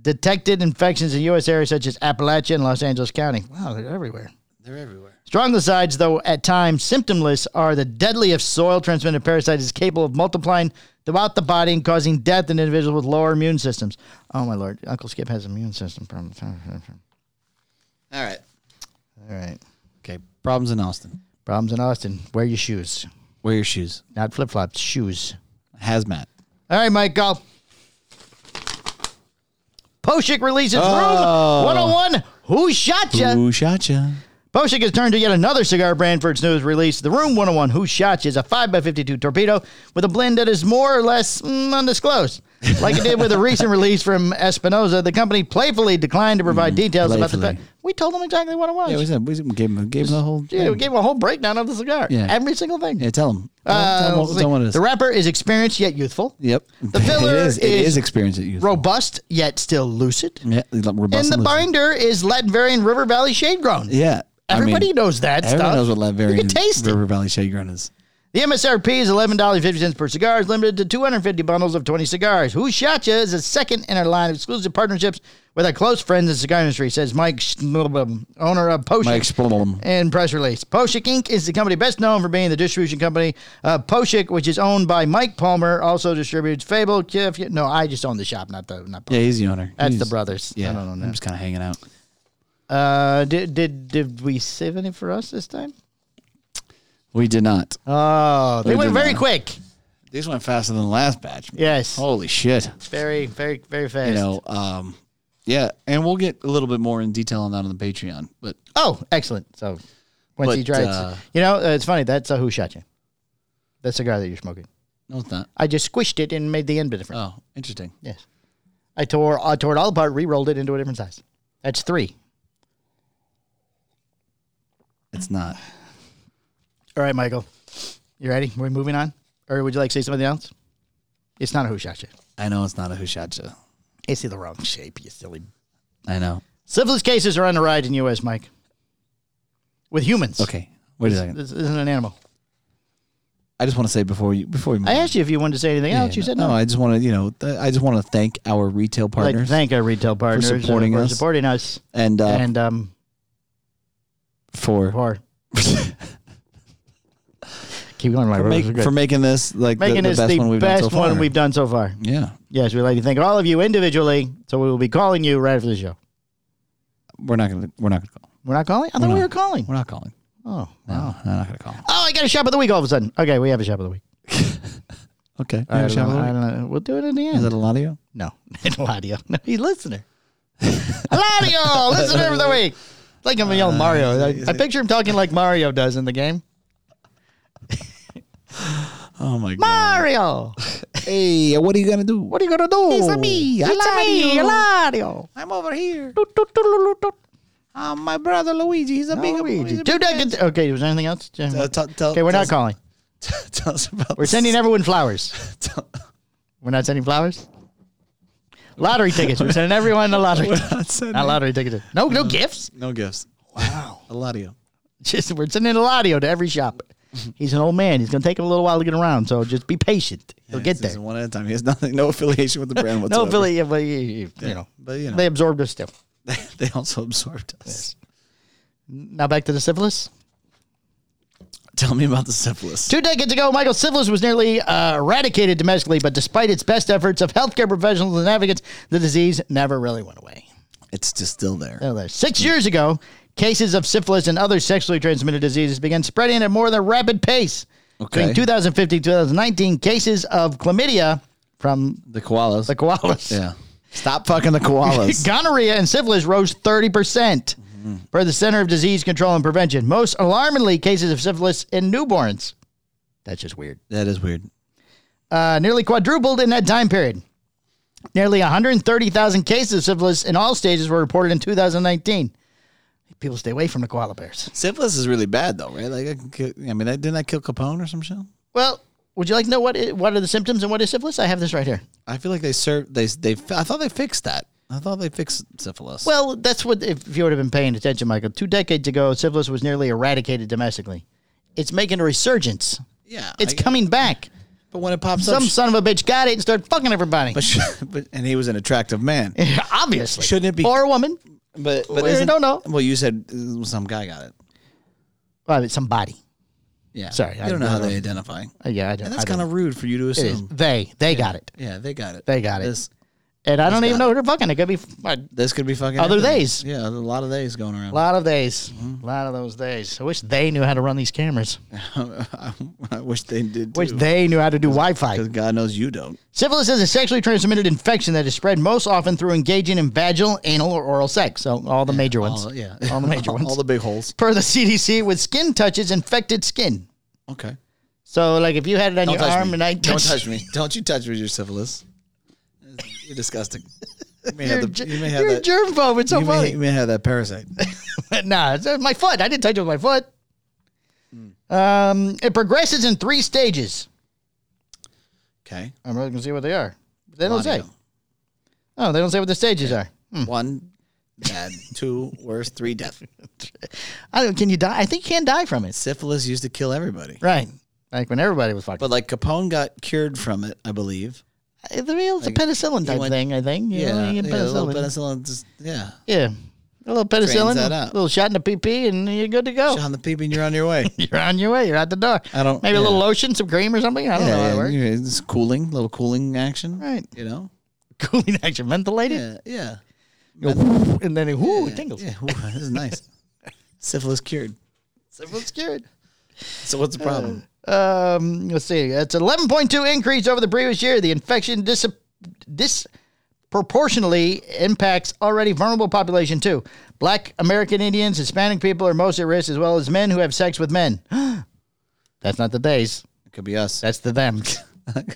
detected infections in U.S. areas such as Appalachia and Los Angeles County. Wow, they're everywhere. They're everywhere. Stronglicides, though at times symptomless, are the deadliest soil transmitted parasite is capable of multiplying throughout the body and causing death in individuals with lower immune systems. Oh my lord, Uncle Skip has immune system problems. *laughs* All All right. right, Okay. Problems in Austin. problems in Austin. Wear your shoes, Wear your shoes. not flip flops, shoes. Hazmat. All right, Michael. Poshik releases Oh. Room 101. Who shot ya? Who shot ya? Boschik has turned to yet another cigar brand for its newest release. The Room 101 Who Shot You is a 5x52 torpedo with a blend that is more or less mm, undisclosed. Like it *laughs* did with a recent release from Espinosa, the company playfully declined to provide details about the. Mm, playfully. Fa- we told them exactly what it was. Yeah, we said we gave him, gave him the whole. Yeah, we gave them a whole breakdown of the cigar. Yeah. Every single thing. Yeah, tell him. Tell, Uh, tell him let's what, see. tell him what it is. The wrapper is experienced yet youthful, yep. *laughs* the *laughs* filler it is, it is is experience at youth. robust yet still lucid, Yeah, he's like robust and the listening. binder is Latverian River Valley shade grown. Yeah. I mean, Everybody knows that Everyone stuff. knows what You can Laverian taste it. River Valley Shade Ground is. The MSRP is eleven dollars fifty cents per cigar. Is limited to two hundred fifty bundles of twenty cigars. Who Shot Ya is a second in our line of exclusive partnerships with our close friends in the cigar industry. Says Mike, Schnellbaum, owner of Poshik. Mike Splum. and press release. Poshik Inc. is the company best known for being the distribution company. Uh, Poshik, which is owned by Mike Palmer, also distributes Fable. Kif, no, I just own the shop, not the not. Palmer. Yeah, he's the owner. That's He's- the brothers. Yeah, I don't know. I'm just kind of hanging out. Now. Uh, did did did we save any for us this time? We did not. Oh, they We went did very not. quick. These went faster than the last batch. Yes, Holy shit. very very very fast. You know, um, yeah, and we'll get a little bit more in detail on that on the Patreon. But Oh, excellent. So once But, he tries, uh, you know, uh, it's funny. That's uh, who shot you. The cigar that you're smoking. no, it's not. I just squished it and made the end a different. Oh, interesting. Yes, I tore I tore it all apart, re-rolled it into a different size. That's three. It's not. All right, Michael, you ready? We're moving on, or would you like to say something else? It's not a who shot you. I know it's not a Hushacha. It's in the wrong shape. You silly. I know. Syphilis cases are on the rise in U.S. Mike. With humans. Okay, wait a second. This isn't an animal. I just want to say before you before you move I on. asked you if you wanted to say anything else. Yeah, You said no. I just want to you know th- I just want to thank our retail I'd like partners to thank our retail partners uh, supporting for us. supporting us. and uh, and um, for *laughs* or keep going, my for, brother. make, for making this like the- making the, this best one we've best done so one far. we've done so far. yeah, Yes, we'd like to thank all of you individually. So we will be calling you right after the show. we're not gonna we're not gonna call. We're not calling. I thought we were calling. We're not calling. Oh, No, we're not gonna call. oh, I got a shop of the week all of a sudden. Okay, we have a shop of the week. Okay, you I have a don't shout know, out? I don't know. We'll do it in the Is end. that a lot of you? no, *laughs* Eladio. No, he's *laughs* a listener. Eladio, listener of the week. Like I'm Uh, yelling Mario. I, I picture him talking like Mario does in *laughs* the game. Oh my god. Mario, Hey, what are you gonna do? What what are you gonna do? It's a me, It's a me, Eladio. I'm over here. Toot, toot, toot, toot, toot. Um, my brother Luigi. He's a big Luigi. Two decades. Okay, was there anything else? tell- tell- okay, we're tell not us- calling. *laughs* Tell us about. We're sending everyone flowers. *laughs* Tell- We're not sending flowers. Lottery tickets. We're sending everyone *laughs* the lottery. not sending- Not lottery tickets. No, no gifts. *laughs* No gifts. Wow. a lot of you. Just we're sending a lottery to every shop. He's an old man. He's gonna take him a little while to get around. So just be patient. He'll get This is there. One at a time. He has nothing. No *laughs* affiliation with the brand *laughs* No whatsoever. *laughs* Billy, yeah, but you, you- you know, But you know, they they, absorbed us still. they also absorbed us. Now back to the syphilis. Tell me about the syphilis. Two decades ago, Michael syphilis was nearly uh, eradicated domestically, but despite its best efforts of healthcare professionals and advocates, the disease never really went away. It's just still there. Oh, there. Six years ago, cases of syphilis and other sexually transmitted diseases began spreading at more than a rapid pace. Okay. Between 2015 and 2019, cases of chlamydia from The koalas. the koalas yeah. Stop fucking the *laughs* koalas. Gonorrhea and syphilis rose 30%. percent Mm-hmm. Per the Center of Disease Control and Prevention, most alarmingly, cases of syphilis in newborns. That's just weird. that is weird. Uh, nearly quadrupled in that time period. Nearly 130,000 cases of syphilis in all stages were reported in 2019. People stay away from the koala bears. Syphilis is really bad though, right? Like, I, can kill- I mean, that, didn't I kill Capone or some shit? Well, would you like to know what, i- what are the symptoms and what is syphilis? I have this right here. I feel like they served. They they. I thought they fixed that. I thought they fixed syphilis. Well, that's what, if if you would have been paying attention, Michael, two decades ago, syphilis was nearly eradicated domestically. It's making a resurgence. yeah, It's I- coming back. But when it pops Some up, son of a bitch got it and started fucking everybody. but, sh- *laughs* but and he was an attractive man. *laughs* Obviously. Shouldn't it be- Or a woman. But but Well, isn't- I don't know. Well, you said uh, some guy got it. Well, it's somebody. Yeah, Sorry, You I don't know don't how know. they identify, Uh, yeah, I don't and that's I don't- kind of rude for you to it is. assume. They. They got it. Yeah, they got it. They got it. This And I don't even got know who they're fucking. It could be f- a this could be fucking Other anything. days. Yeah, a lot of days going around. lot of days. Mm-hmm. A lot of those days. I wish they knew how to run these cameras. *laughs* I wish they did. I wish too, they knew how to do Wi Fi. 'cause God knows you don't. Syphilis is a sexually transmitted infection that is spread most often through engaging in vaginal, anal, or oral sex. So all the major ones. All, yeah, All the major *laughs* ones. all the big holes. per the CDC, with skin touches infected skin. Okay. So like if you had it on Don't your touch arm me. and I don't touched- *laughs* touch me. Don't you touch me with your syphilis. You're disgusting. You may You're, have a the, ge- you may have you're a that. germ phobe. It's so you, may, funny. you may have that parasite. *laughs* *laughs* nah, it's uh, my foot. I didn't touch it with my foot. Hmm. Um, it progresses in three stages. *laughs* Okay. I'm not gonna see what they are. They don't say. Bloody hell. Oh, they don't say what the stages are. One bad, two worse, three death. I don't, can you die? I think you can die from it. Syphilis used to kill everybody. Right. Like when everybody was fucking. But like Capone got cured from it, I believe. But, Uh, the real, it's like, a penicillin type went- thing. I think. You know, yeah, you get yeah, a little penicillin. penicillin. Just, yeah, Yeah. A little penicillin, that a up. little shot in the PP, and you're good *laughs* to go. John the peep, and you're on your *laughs* way. Oh, You're on your way. You're out the door. I don't- Maybe a yeah. little lotion, some cream, or something. I don't know how it yeah, works. yeah, it's cooling, little cooling action. Right. You know. *laughs* Cooling action, ventilated, Yeah, yeah. and then it, whoo, it tingles. Yeah, ooh, this is *laughs* nice. Syphilis cured. Everyone's scared. So what's the problem? Um, let's see. That's an 11.2 increase over the previous year. The infection dis- disproportionately impacts already vulnerable population too. Black American Indians, Hispanic people are most at risk, as well as men who have sex with men. *gasps* That's not the days. it could be *laughs* us. That's the them. *laughs*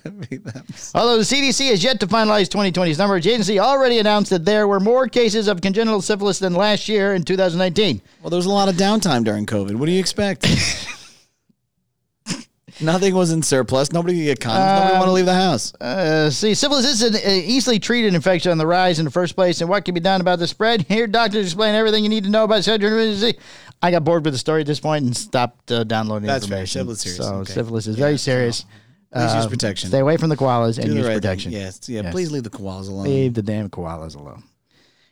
could be them. Although the CDC has yet to finalize 2020's numbers, the agency already announced that there were more cases of congenital syphilis than last year in 2019. Well, there was a lot of downtime during COVID. What do you *laughs* expect? Nothing was in surplus. Nobody could get condoms. Nobody wanted to leave the house. Uh, see, syphilis is an uh, easily treated infection on the rise in the first place, and what can be done about the spread? *laughs* Here, doctors explain everything you need to know about sexual disease. I got bored with the story at this point and stopped uh, downloading That's fair. information. Syphilis serious. So Okay. syphilis is very serious. Please use Uh, protection. Stay away from the koalas and Do the use right thing. protection. Yes. Yeah. Yes. Please leave the koalas alone. Leave the damn koalas alone.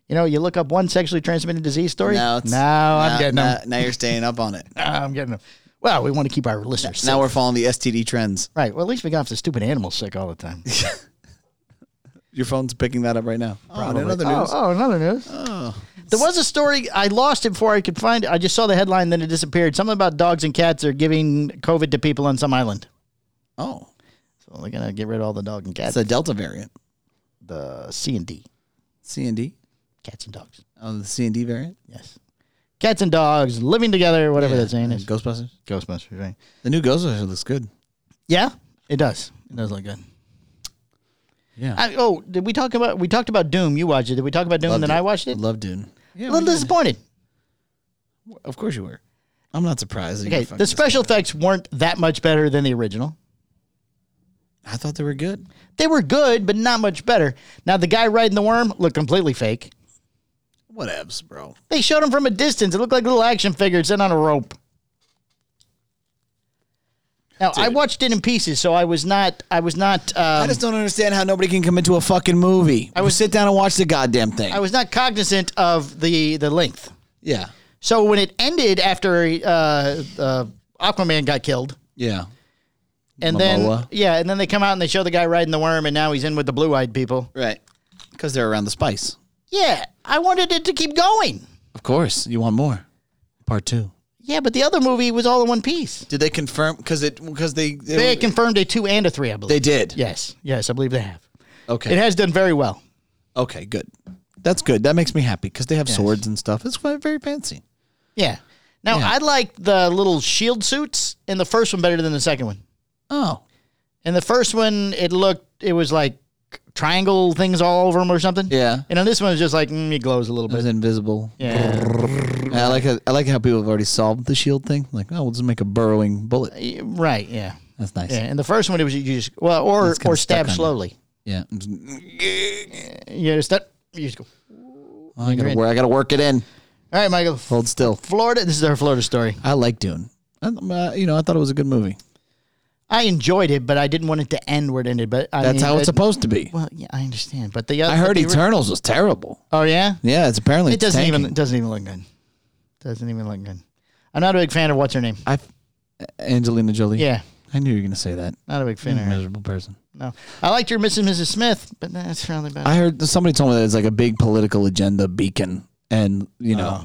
You know, you look up one sexually transmitted disease story. Now it's now I'm now- getting them. now, now you're staying up on it. *laughs* I'm getting them. Well, we want to keep our listeners. Now safe. we're following the STD trends. right. Well, at least we got off the stupid animal sick all *laughs* the time. Your phone's picking that up right now. Probably. Oh, another Oh, news. Oh, another news. There was a story I lost it before I could find it. I just saw the headline, then it disappeared. Something about dogs and cats are giving COVID to people on some island. Oh, So they're gonna get rid of all the dog and it's cats. the Delta variant. the C and D, C and D. cats and dogs. Oh, the C and D variant. Yes, cats and dogs living together. Whatever Yeah, that saying and is. Ghostbusters. Ghostbusters, right? The new Ghostbusters looks good. Yeah, it does. It does look good. Yeah. I, oh, did we talk about we talked about Doom? You watched it. Did we talk about Doom? and then I watched it. Love Dune. a little disappointed. Of course you were. I'm not surprised. that you're Okay, fucking the special effects weren't that much better than the original. disappointed. I thought they were good. They were good, but not much better. Now the guy riding the worm looked completely fake. Whatevs, bro. They showed him from a distance. It looked like a little action figure sitting on a rope. Now I watched it in pieces, so I was not. I was not. I Um, just don't understand how nobody can come into a fucking movie. I would sit down and watch the goddamn thing. I was not cognizant of the the length. yeah. So when it ended after uh, uh, Aquaman got killed. Yeah. And then Momoa. yeah, and then they come out and they show the guy riding the worm, and now he's in with the blue-eyed people. Right. Because they're around the spice. Yeah, I wanted it to keep going. Of course. You want more. Part two. Yeah, but the other movie was all in one piece. Did they confirm? Because it because they they, They had confirmed a two and a three, I believe. they did. Yes, yes, I believe they have. Okay. It has done very well. okay. Good. That's good. That makes me happy because they have swords and stuff. It's quite- very fancy. Yeah. Now Yeah. I like the little shield suits in the first one better than the second one. Oh. In the first one, it looked it was like triangle things all over him or something. Yeah. And on this one, it's just like mm, it glows a little It was bit. invisible. Yeah. And I like how, I like how people have already solved the shield thing. Like, oh, we'll just make a burrowing bullet. Y- Right. Yeah. That's nice. Yeah. And the first one, it was you just well or It's kinda or stuck stab on you. slowly. Yeah. Yeah. Just that. You just go. Oh, I gotta work. I gotta work it in. All right, Michael. Hold still. Florida. This is our Florida story. I like Dune. I, uh, you know, I thought it was a good movie. I enjoyed it, but I didn't want it to end where it ended. But I That's mean, how it's it- supposed to be. Well, yeah, I understand. But the other, I heard but they were- Eternals was terrible. Oh yeah. Yeah, it's apparently It doesn't even tanking. even it doesn't even look good. Doesn't even look good. I'm not a big fan of what's her name. I, Angelina Jolie. Yeah, I knew you were gonna say that. not a big fan You're of a her. miserable person. No, I liked your Mrs. and Mrs. Smith, but that's really about. I heard somebody told me that it's like a big political agenda beacon, and you know,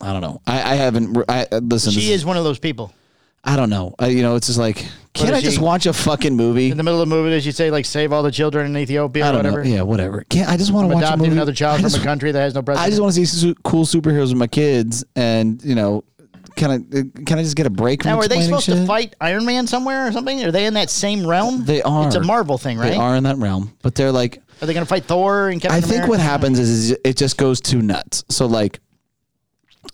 I don't know. I, I haven't. re- I uh, listen. Uh-huh. she this is one of those people. I don't know. I, you know, it's just like, can is I just she? watch a fucking movie? In the middle of the movie, as you say, like save all the children in Ethiopia I or don't whatever. know. Yeah, whatever. Can't I just want to watch a Adopting movie? another I child just- from a country that has no I president. just want to see su- cool superheroes with my kids, and you know, can I uh, can I just get a break from now, are they explaining supposed to shit? fight Iron Man somewhere or something? Are they in that same realm? They are. It's a Marvel thing, right? They are in that realm, but they're like, Are they going to fight Thor and Captain I think America? what happens is, is it just goes too nuts. So like,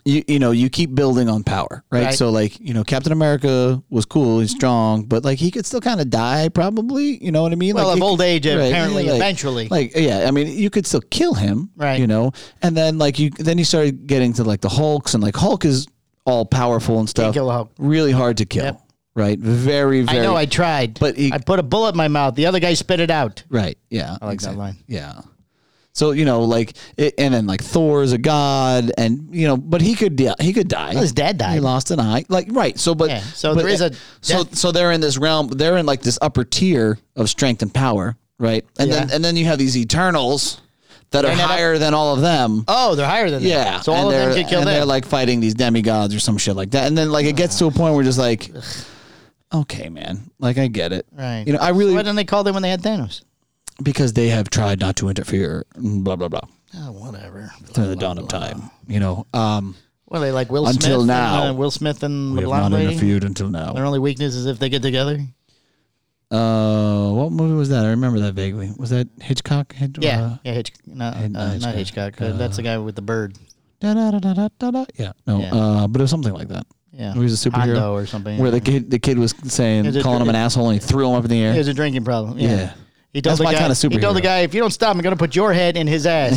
you you know, you keep building on power, right? Right. So like, you know, Captain America was cool, he's strong, but like he could still kind of die, probably. You know what I mean? Well, like, of he old could- age, apparently, like- eventually. Like, yeah, I mean, you could still kill him, Right. You know, and then like you, then you started getting to like the Hulks, and like Hulk is all powerful and stuff. kill a Hulk. Really hard to kill, Yep. right? Very, very. I know I tried, But he- I put a bullet in my mouth. The other guy spit it out. Right. Yeah. I like that line. Yeah. So you know, like, it, and then like Thor is a god, and you know, but he could, yeah, he could die. his dad died. He lost an eye. Like, right. So, but Yeah, so but- there is a so death- so they're in this realm. They're in like this upper tier of strength and power, right? And then Yeah. and then you have these Eternals that are not- higher than all of them. Oh, they're higher than that. Yeah. So all and of them they're- get killed. And they're then. like fighting these demigods or some shit like that. And then like it gets to a point where just like, okay, man, like I get it. Right. You know, I really Why didn't they call them when they had Thanos? because they have tried not to interfere, and blah blah blah, Oh, whatever. through the dawn of time. You know, um, Well, they like Will Smith. Until and, now, uh, Will Smith and the we have not blonde lady. interfered until Their now. only weakness is if they get together. Uh, what movie was that? I remember that vaguely. Was that Hitchcock? Hitch- Yeah, uh, yeah, Hitch, no, uh, Hitch- not Hitchcock. Hitchcock. uh, that's the guy with the bird. da, da, da, da, da, da, da. Yeah. No. Yeah. Uh, but it was something like that. Yeah, He was a superhero Hondo or something. Where the kid, the kid was saying, Is it- calling him an asshole, and he threw him up in the It air. was a drinking problem. Yeah. Yeah. He told That's the my guy, kinda He told the superhero. guy, if you don't stop, I'm going to put your head in *laughs* his ass.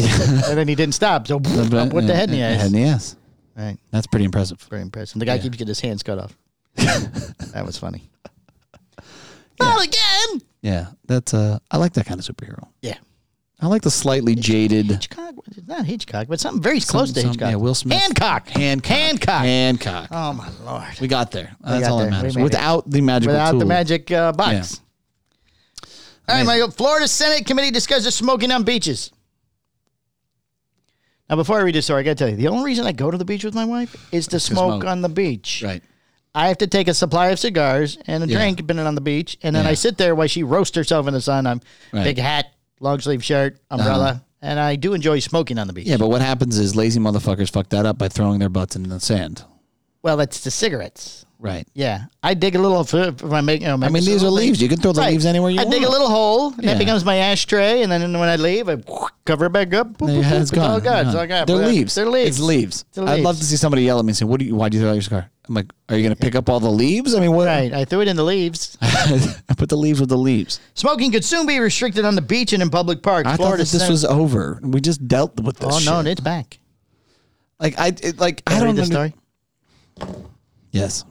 and then he didn't stop. So *laughs* I put the head in the ass. uh, Head in the ass. Right. That's pretty impressive. Very impressive. The guy keeps getting his hands *laughs* cut off. that was funny. Not again. Yeah. That's. Uh, I like that kind of superhero. Yeah. I like the slightly jaded. Hitchcock, it's not Hitchcock, but something very close to some- Hitchcock. yeah, Will Smith. Hancock. Hancock. Hancock. Hancock. oh my lord! We got there. That's got all there. that matters. We made it. Without the magical Without the tool. magic uh, box. All right, Amazing. Michael. Florida Senate committee discusses smoking on beaches. Now, before I read this story, I got to tell you the only reason I go to the beach with my wife is to smoke, smoke. on the beach. Right. I have to take a supply of cigars and a Yeah. drink, been on the beach, and then I Yeah. sit there while she roasts herself in the sun. I'm Right. Uh-huh. big hat, long sleeve shirt, umbrella, and I do enjoy smoking on the beach. Yeah, but what happens is lazy motherfuckers fuck that up by throwing their butts in the sand. Well, it's the cigarettes. *laughs* Right. Yeah, I dig a little. If if I make, you know, I mean, these are leaves. You can throw the leaves anywhere you I want. dig a little hole, and that Yeah. becomes my ashtray. And then when I leave, I cover it back up. Boop, boop, Yeah, boop. it's gone. all gone. It's Yeah. all gone. They're But leaves. They're leaves. It's leaves. They're I'd love leaves. to see somebody yell at me and say, "What do you? Why do you throw out your cigar?" I'm like, "Are you going to pick up all the leaves?" I mean, what? Right. I threw it in *laughs* the leaves. I *laughs* put the leaves with the leaves. Smoking could soon be restricted on the beach and in public parks. I Florida thought that this Senate- was over. We just dealt with this. Oh no, shit. it's back. like I it, like I Wanna don't read this under- story. Yes,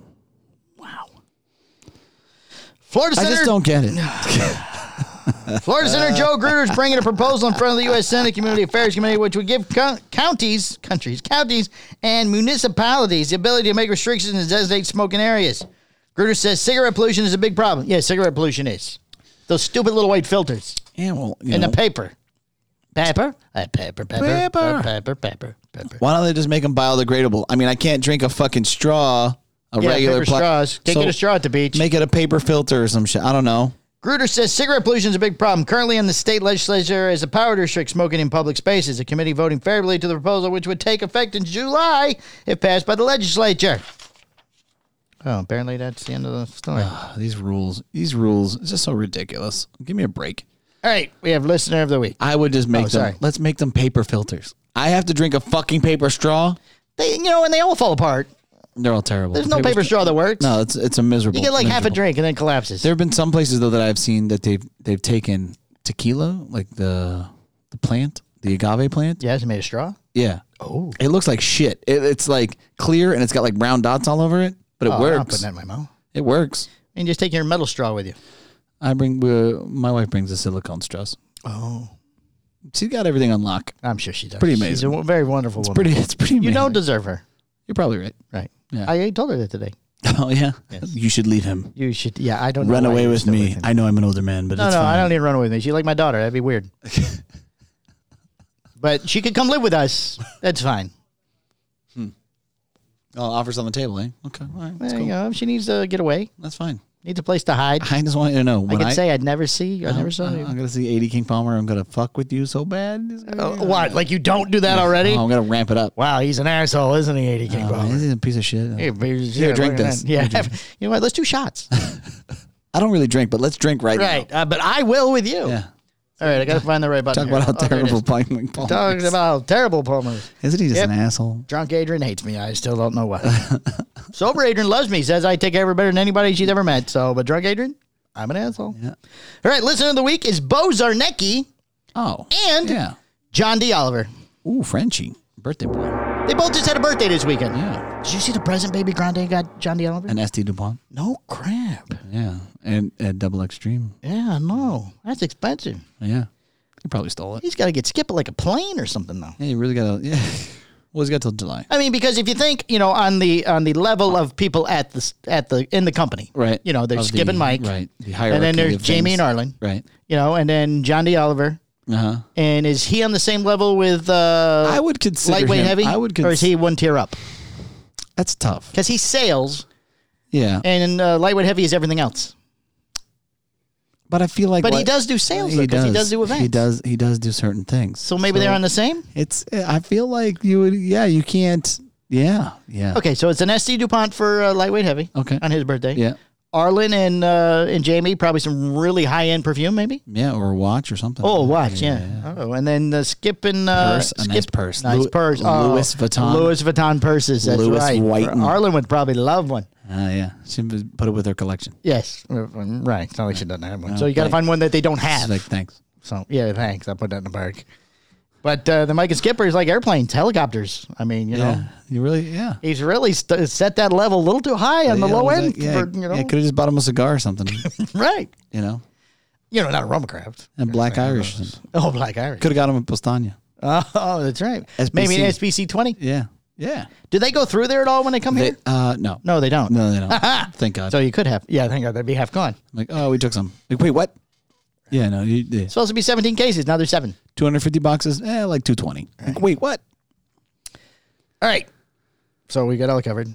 Florida I Senator, just don't *sighs* get it. Florida Uh. Senator Joe Gruder is bringing a proposal in front of the U.S. Senate Community Affairs Committee, which would give co- counties, countries, counties, and municipalities the ability to make restrictions and designate smoking areas. Gruder says cigarette pollution is a big problem. Yeah, cigarette pollution is. Those stupid little white filters Yeah, well, you in know, the paper. Paper? Uh, paper, paper, Paper. uh, paper, paper, paper. why don't they just make them biodegradable? I mean, I can't drink a fucking straw, a Yeah, regular paper pla- straws. Can't so get a straw at the beach. Make it a paper filter or some shit. I don't know. Gruder says cigarette pollution is a big problem. Currently in the state legislature is a power to restrict smoking in public spaces. A committee voting favorably to the proposal, which would take effect in July if passed by the legislature. Oh, apparently that's the end of the *sighs* story. All These rules, these rules, it's just so ridiculous. Give me a break. right, we have listener of the week. I would just make them. Oh, sorry. Let's make them paper filters. I have to drink a fucking paper straw. They, you know, and they all fall apart. They're all terrible. There's no paper straw that works. No, it's it's a miserable. You get like half a miserable. drink and then it collapses. There have been some places though that I've seen that they've they've taken tequila, like the the plant, the agave plant. yeah, it's made of straw. Yeah. Oh. It looks like shit. It, it's like clear and it's got like brown dots all over it, but it Oh, I'm not works. putting that in my mouth. It works. And just take your metal straw with you. I bring uh, my wife brings a silicone straws. Oh, She's got everything on lock. I'm sure she does. Pretty She's a amazing. wo- very wonderful woman. Pretty. It's pretty. you don't amazing. deserve her, You're probably right. *laughs* right? Yeah. I told her that today. Oh yeah. You should leave him. You should. Yeah, I don't know Run why away you're with still me. him. I know I'm an older man, but no, it's no, fine. I don't need to run away with me. She's like my daughter. That'd *laughs* be weird. but she could come live with us. That's fine. Oh, offers on the table, eh? Okay, all right, that's Eh, cool. You know, if she needs to get away, That's fine. needs a place to hide. I just want you to know I when could I, Uh-huh. say I'd never see you. I never saw I'm, you. I'm gonna see 80 King Palmer. I'm gonna fuck with you so bad. Oh, what? Like you don't do that already? Oh, I'm gonna ramp it up. Wow, he's an asshole, isn't he? 80 King Oh, man, Palmer? this is a piece of shit. Here, babies, Here, yeah, drink look at this. that. Yeah, *laughs* you know what? Let's do *laughs* shots. I don't really drink, but let's drink right, right, uh, but I will with you. now. Yeah. All right, *laughs* I gotta find the right button. Talk about how here. Oh, there it terrible is. King Palmer. *laughs* Talking is. about terrible Palmer's. Isn't he just Yep. an asshole? Drunk Adrian hates me. I still don't know why. *laughs* Sober Adrian loves me. Says I take care of her better than anybody she's ever met. So, but drunk Adrian, I'm an asshole. Yeah. All right, listener of the week is Bo Zarnecki Oh. and yeah. John D. Oliver. Ooh, Frenchie, birthday boy. They both just had a birthday this weekend. Yeah. Did you see the present Baby Grande got John D. Oliver? And St. Dupont. no crap. Yeah. And at Double Extreme. Yeah, no, that's expensive. Yeah. He probably stole it. He's got to get skipped like a plane or something though. Yeah, you really gotta. *laughs* Yeah. Well, he's got till July. I mean, because if you think, you know, on the on the level of people at the at the in the company, Right. You know, Of there's the- Skip and Mike, Right. The And hierarchy then there's of Jamie things. and Arlen, Right. you know, and then John D. Oliver. Uh huh. And is he on the same level with uh, I would consider lightweight him- heavy? I would or cons- is he one tier up? That's tough. Because he sails, Yeah. and uh, lightweight heavy is everything else. But I feel like But he what- does do sales though, 'cause he does do events. He does he does do certain things. So maybe they're on the same. It's I feel like you would yeah, you can't yeah, yeah. Okay, so it's an SC Dupont for uh, lightweight heavy. Okay. on his birthday. Yeah. Arlen and uh, and Jamie probably some really high end perfume maybe. Yeah, or a watch or something. Oh, watch, yeah. Oh, and then uh, Skip and uh, Purse, a Skip, nice purse. nice Lu- purse. Oh, Louis Vuitton. Louis Vuitton purses. That's Louis right. Vuitton. Arlen would probably love one. Ah, yeah. She would put it with her collection. Yes, Uh, right. It's not like she doesn't have one. No, so you got to right. find one that they don't She's have. like, thanks. so yeah, thanks. I'll put that in the park. But uh, the Mike and Skipper is like airplanes, helicopters. I mean, you Yeah. know, You really yeah. he's really st- set that level a little too high on the Yeah, low was end. like, yeah, for, you know, yeah, could have just bought him a cigar or *laughs* something, right? you know, You know, not a rum craft. and Black Irish. Oh, Black Irish. Could have got him a Postania. Oh, that's right. Maybe an SBC twenty. Yeah, yeah. Do they go through there at all when they come They, here? uh, no, No, they don't. Ah, no, they *laughs* don't. Thank God. So you could have. Yeah, thank God. That'd be half gone. I'm like, oh, we took some. Like, wait, what? Yeah, no, you, yeah. Supposed to be 17 cases. Now there's seven. 250 boxes, eh, like 220. Like, wait, what? All right. So we got all covered.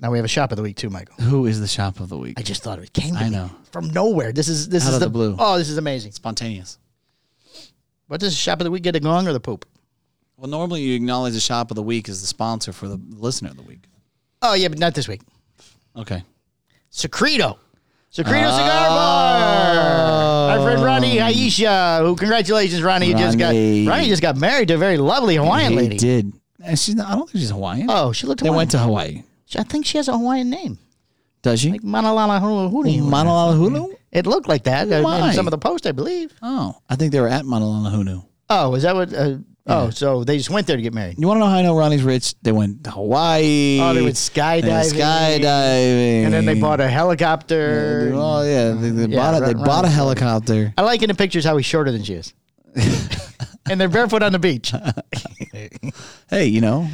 Now we have a shop of the week too, Michael. Who is the shop of the week? I just thought it came. To I me know. from nowhere. This is this Out is of the blue. Oh, this is amazing. Spontaneous. What does shop of the week get? The gong or the poop? Well, normally you acknowledge the shop of the week as the sponsor for the listener of the week. Oh yeah, but not this week. Okay. Secreto. Secreto Oh. Cigar Bar. Our friend Ronnie Aisha, who congratulations, Ronnie. You just got Ronnie. Ronnie just got married to a very lovely Hawaiian he lady. did. And she's not, I don't think she's Hawaiian. Oh, she looked they Hawaiian. went to Hawaii. I think she has a Hawaiian name. Does she? Like Manalala Hulu. Honolulu? It looked like that uh, Why? in some of the posts, I believe. Oh, I think they were at Honolulu. Oh, is that what? Uh, Oh, so they just went there to get married. You want to know how I know Ronnie's rich? They went to Hawaii. Oh, they went They went skydiving. skydiving. And then they bought a helicopter. Oh, yeah. They, they bought, a, they Ron- bought a Ronnie's- helicopter. I like in the pictures how he's shorter than *laughs* she is. and they're barefoot on the beach. Hey, you know,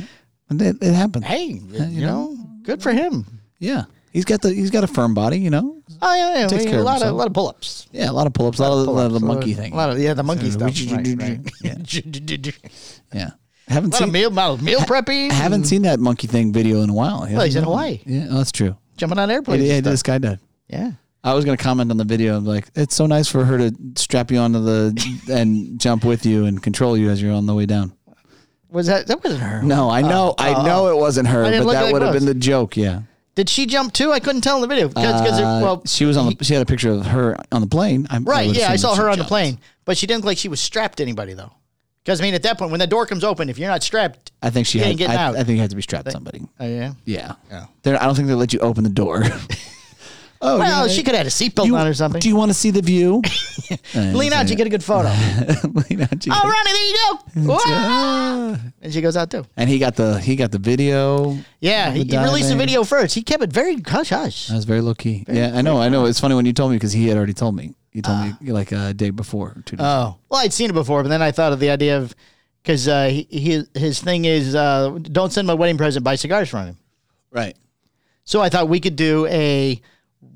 and it, it happened. *laughs* Hey, you know, good for him. Yeah. He's got the he's got a firm body, you know. Oh yeah, yeah. Takes we- care a of lot of, himself. lot of pull-ups. Yeah, a lot of pull-ups, a lot, of, a lot of the Pull-ups, monkey a lot of- thing. A lot of yeah, the monkey Yeah. stuff. right, right. *laughs* Yeah. *laughs* a Yeah, haven't lot of seen meal, meal, meal prepping. I haven't seen that monkey thing video in a while. Well, he's in Yeah. Hawaii. Yeah, oh, that's true. jumping on Yeah, airplanes. yeah, he and did a stuff. skydive. yeah. I was going to comment on the video. I'm like, it's so nice for her to strap you onto *laughs* the and jump with you and control you as you're on the way down. Was that that wasn't her? No, I know, Oh, I know it wasn't her, didn't but look that like would have those. been the joke. Yeah, Did she jump too? I couldn't tell in the video. Cause, 'cause it- Uh, well, she was on. The, she had a picture of her on the plane. I, I right. would yeah, I assume saw that she her on the jumped. plane, but she didn't look like she was strapped to anybody though. Because I mean, at that point, when the door comes open, if you're not strapped, I think she You had. ain't getting I, out. I think you had to be strapped to somebody. oh yeah. Yeah. *laughs* Yeah. They're, I don't think they let you open the door. *laughs* oh, Well, yeah. she could have had a seatbelt You- on or something. Do you want to see the *laughs* view? *laughs* Lean out, you get a good *laughs* photo. oh, Lean out, *laughs* you get- Ronnie, there you go. Whoa! *laughs* Ah. and she goes out too. And he got the he got the video. Yeah, he, he released the diving. video first. He kept it very hush hush. That was very low key. yeah, I know, I know. It's funny when you told me because he had already told me. You told me like a day before. or Two days. Oh, well, I'd seen it before, but then I thought of the idea of because uh, he, he his thing is uh, don't send my wedding present, buy cigars from him. right. So I thought we could do a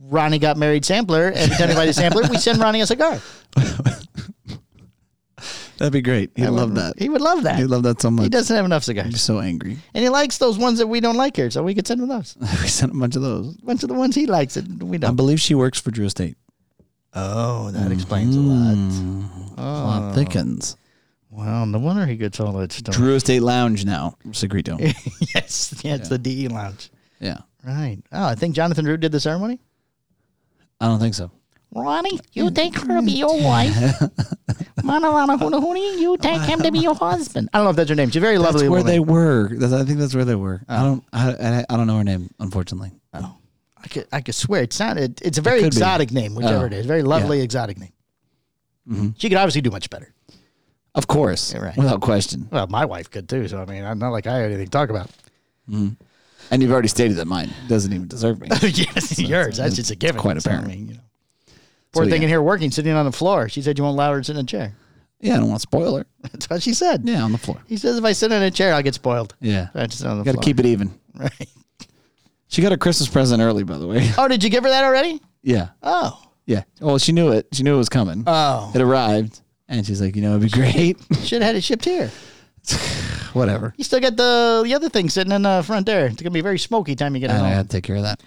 Ronnie got married sampler. Every time anybody sampler, we send Ronnie a cigar. That'd be great. He'd love that. He would love that. He'd love that so much. He doesn't have enough He'd cigars, be so *laughs* angry. and he likes those ones that we don't like here, so we could send him those. A we sent a bunch of those. bunch of the ones he likes and we I don't. believe she works for Drew Estate. Oh, that explains a lot. Plot Mm-hmm. thickens. Well, no wonder he gets all that stuff. Drew Estate Lounge now. Segrito. *laughs* yes, yeah, it's the DE lounge. yeah. Right. Oh, I think Jonathan Drew did the ceremony. I don't think so. Ronnie, you take her to be *laughs* your wife. Manalana Hunahuni, you take him to be *laughs* your husband. I don't know if that's her name. She's a very That's lovely where woman. they were. That's, I think that's where they were. I don't. I, I, I don't know her name, unfortunately. I could, I could swear it's not. It, it's a very could be. exotic name, whichever Oh, Mm-hmm. it is. Very lovely exotic name. She could obviously do much better. Of course, Yeah, right. without question. Well, my wife could too. So I mean, I'm not like I had anything to talk about. *laughs* And you've already stated that mine doesn't even deserve me. yes, yours. That's just a given. quite So, I apparent. mean, you know. Poor So, thing yeah. in here working, sitting on the floor. She said you won't allow her to sit in a chair. *laughs* *laughs* yeah, I don't want to spoil her. That's what she said. Yeah, on the floor. He says if I sit in a chair, I'll get spoiled. Yeah, So I just sit on the got to floor. keep it even. *laughs* Right. She got her Christmas present early, by the way. *laughs* Oh, did you give her that already? yeah, Uh, Oh. yeah. Well, she knew it. She knew it was coming. Oh. it arrived, and she's like, you know, it'd be great. *laughs* Should have had it shipped here. Whatever. You still got the the other thing sitting in the front there. It's gonna be very smoky time you get And I home. had to take care of that.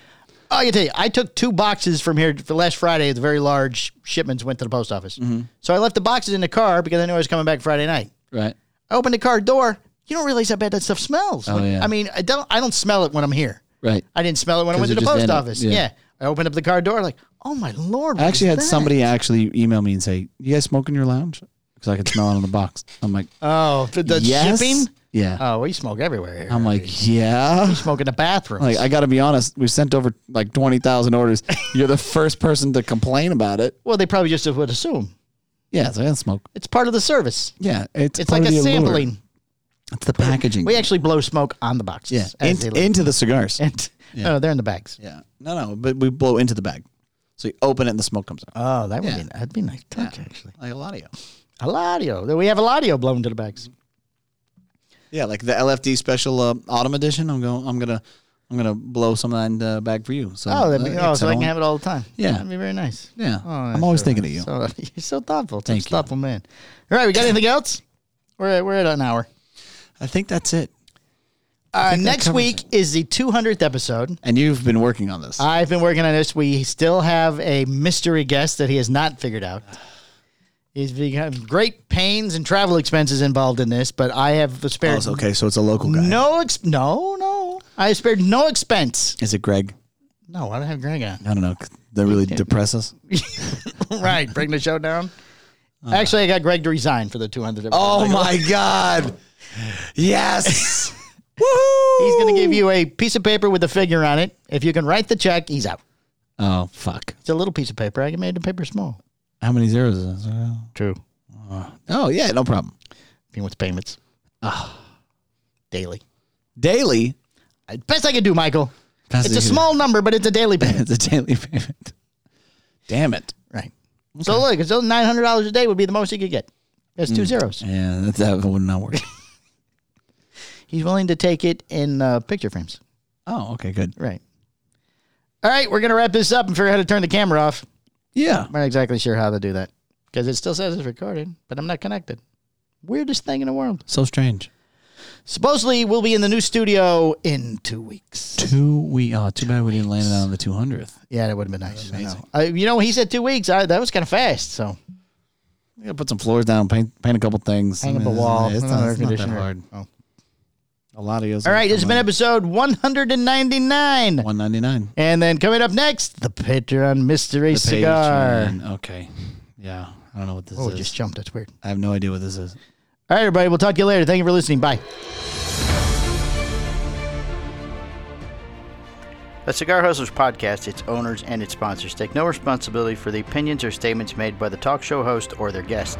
Oh, I can tell you, I took two boxes from here for last Friday. The very large shipments went to the post office. Mm-hmm. So I left the boxes in the car because I knew I was coming back Friday night. Right. I opened the car door. You don't realize how bad that stuff smells. Oh, Like, yeah. I mean, I don't. I don't smell it when I'm here. Right. I didn't smell it when I 'Cause went to it the just post ended, office. yeah. Yeah. I opened up the car door like, oh my lord. I what actually is had that? somebody actually email me and say, "You guys smoke in your lounge?" Because I could smell it on the box. I'm like, Oh, the, the yes. shipping. Yeah. Oh, we smoke everywhere. Here. I'm like, yeah. smoke in the bathroom. Like, I got to be honest, we sent over like 20,000 orders. You're the first person to complain about it. well, they probably just would assume Yeah, so I don't smoke. it's part of the service. Yeah, it's It's part like of a the allure. sampling. It's the packaging. We actually blow smoke on the boxes. yeah, as in- they leave. into the cigars. And no, they're in the bags. yeah, no, no, but we blow into the bag, so you open it and the smoke comes out. Oh, that would Yeah. be that'd be nice touch actually. Like a lot of you. Eladio, Then we have Eladio blown to the Mm, bags. Yeah, like the LFD special uh, autumn edition. I'm going. I'm gonna. I'm gonna blow some of that in the bag for you. So Oh, that'd be, uh, oh, so I excellent. can have it all the time. Yeah. that'd be very nice. Yeah, Oh, I'm that's always so thinking nice. of you. So, *laughs* you're so thoughtful. Such Thank a you. thoughtful man. All right, we got anything else? We're at, we're at an hour. I think that's it. Uh, that next covers week is the 200th episode. And you've been working on this. I've been working on this. We still have a mystery guest that he has not figured out. He's become great pains and travel expenses involved in this, but I have Oh, spared it's okay, so it's a local guy. No, ex- no, no. I spared no expense. Is it Greg? No, I don't have Greg on. I don't know. 'cause They really depress us. *laughs* right, bring the show down. Actually, I got Greg to resign for the 200. Oh my *laughs* God! Yes. He's going to give you a piece of paper with a figure on it. If you can write the check, he's out. Oh fuck! It's a little piece of paper. I can make the paper small. How many zeros is this? True. Oh yeah, no problem. He wants payments. Ah. Daily. Daily. *laughs* Best I can do, Michael. It's a small number, but it's a *laughs* daily payment. It's a daily payment. Damn it. right. So look, it's only $900 a day would be the most he could get. That's two zeros. Yeah, that, that would not work. *laughs* He's willing to take it in uh, picture frames. oh, okay, good. Right. All right, we're going to wrap this up and figure out how to turn the camera off. Yeah. I'm not exactly sure how to do that because it still says it's recorded, but I'm not connected. Weirdest thing in the world. So strange. Supposedly, we'll be in the new studio in two weeks. Two we oh too bad we didn't land it on the two hundredth. Yeah, that would have been nice. I know. I, you know, he said two weeks. I, that was kind of fast. So Yeah, put some floors down, paint paint a couple things. I hang up a mean, wall. It's another not, it's not that conditioner. hard. Oh. A lot of yours. All right, this has been episode 199. one ninety nine. And then coming up next, the Patreon mystery cigar. Okay. Yeah. I don't know what this Oh, it is. just jumped. That's weird. I have no idea what this is. All right, everybody. We'll talk to you later. Thank you for listening. Bye. The Cigar Hustlers podcast, its owners, and its sponsors take no responsibility for the opinions or statements made by the talk show host or their guest.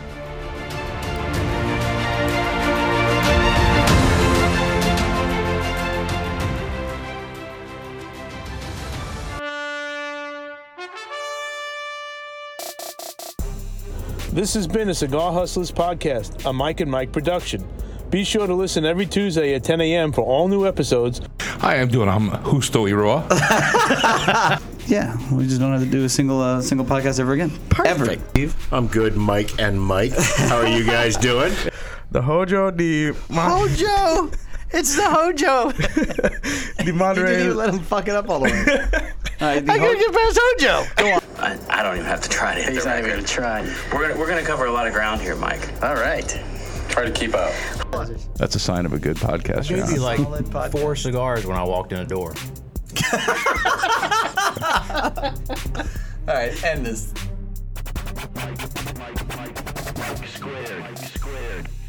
This has been a Cigar Hustlers podcast, a Mike and Mike production. Be sure to listen every Tuesday at 10 a.m. for all new episodes Hi, I'm doing. I'm Husto Iroa. Yeah, we just don't have to do a single uh, single podcast ever again. Perfect. Ever. I'm good, Mike and Mike. How are you guys doing? The Hojo, the Hojo! It's the Hojo! *laughs* the moderator. let him fuck it up all *laughs* the way. All right, the I whole- gotta get past Hojo! I, I don't even have to try to hit the record. try. We're gonna, we're gonna cover a lot of ground here, Mike. All right. Try to keep up. That's a sign of a good podcast. Gave John. you like four cigars when I walked in the door. All right, end this. Mike squared. Mike squared.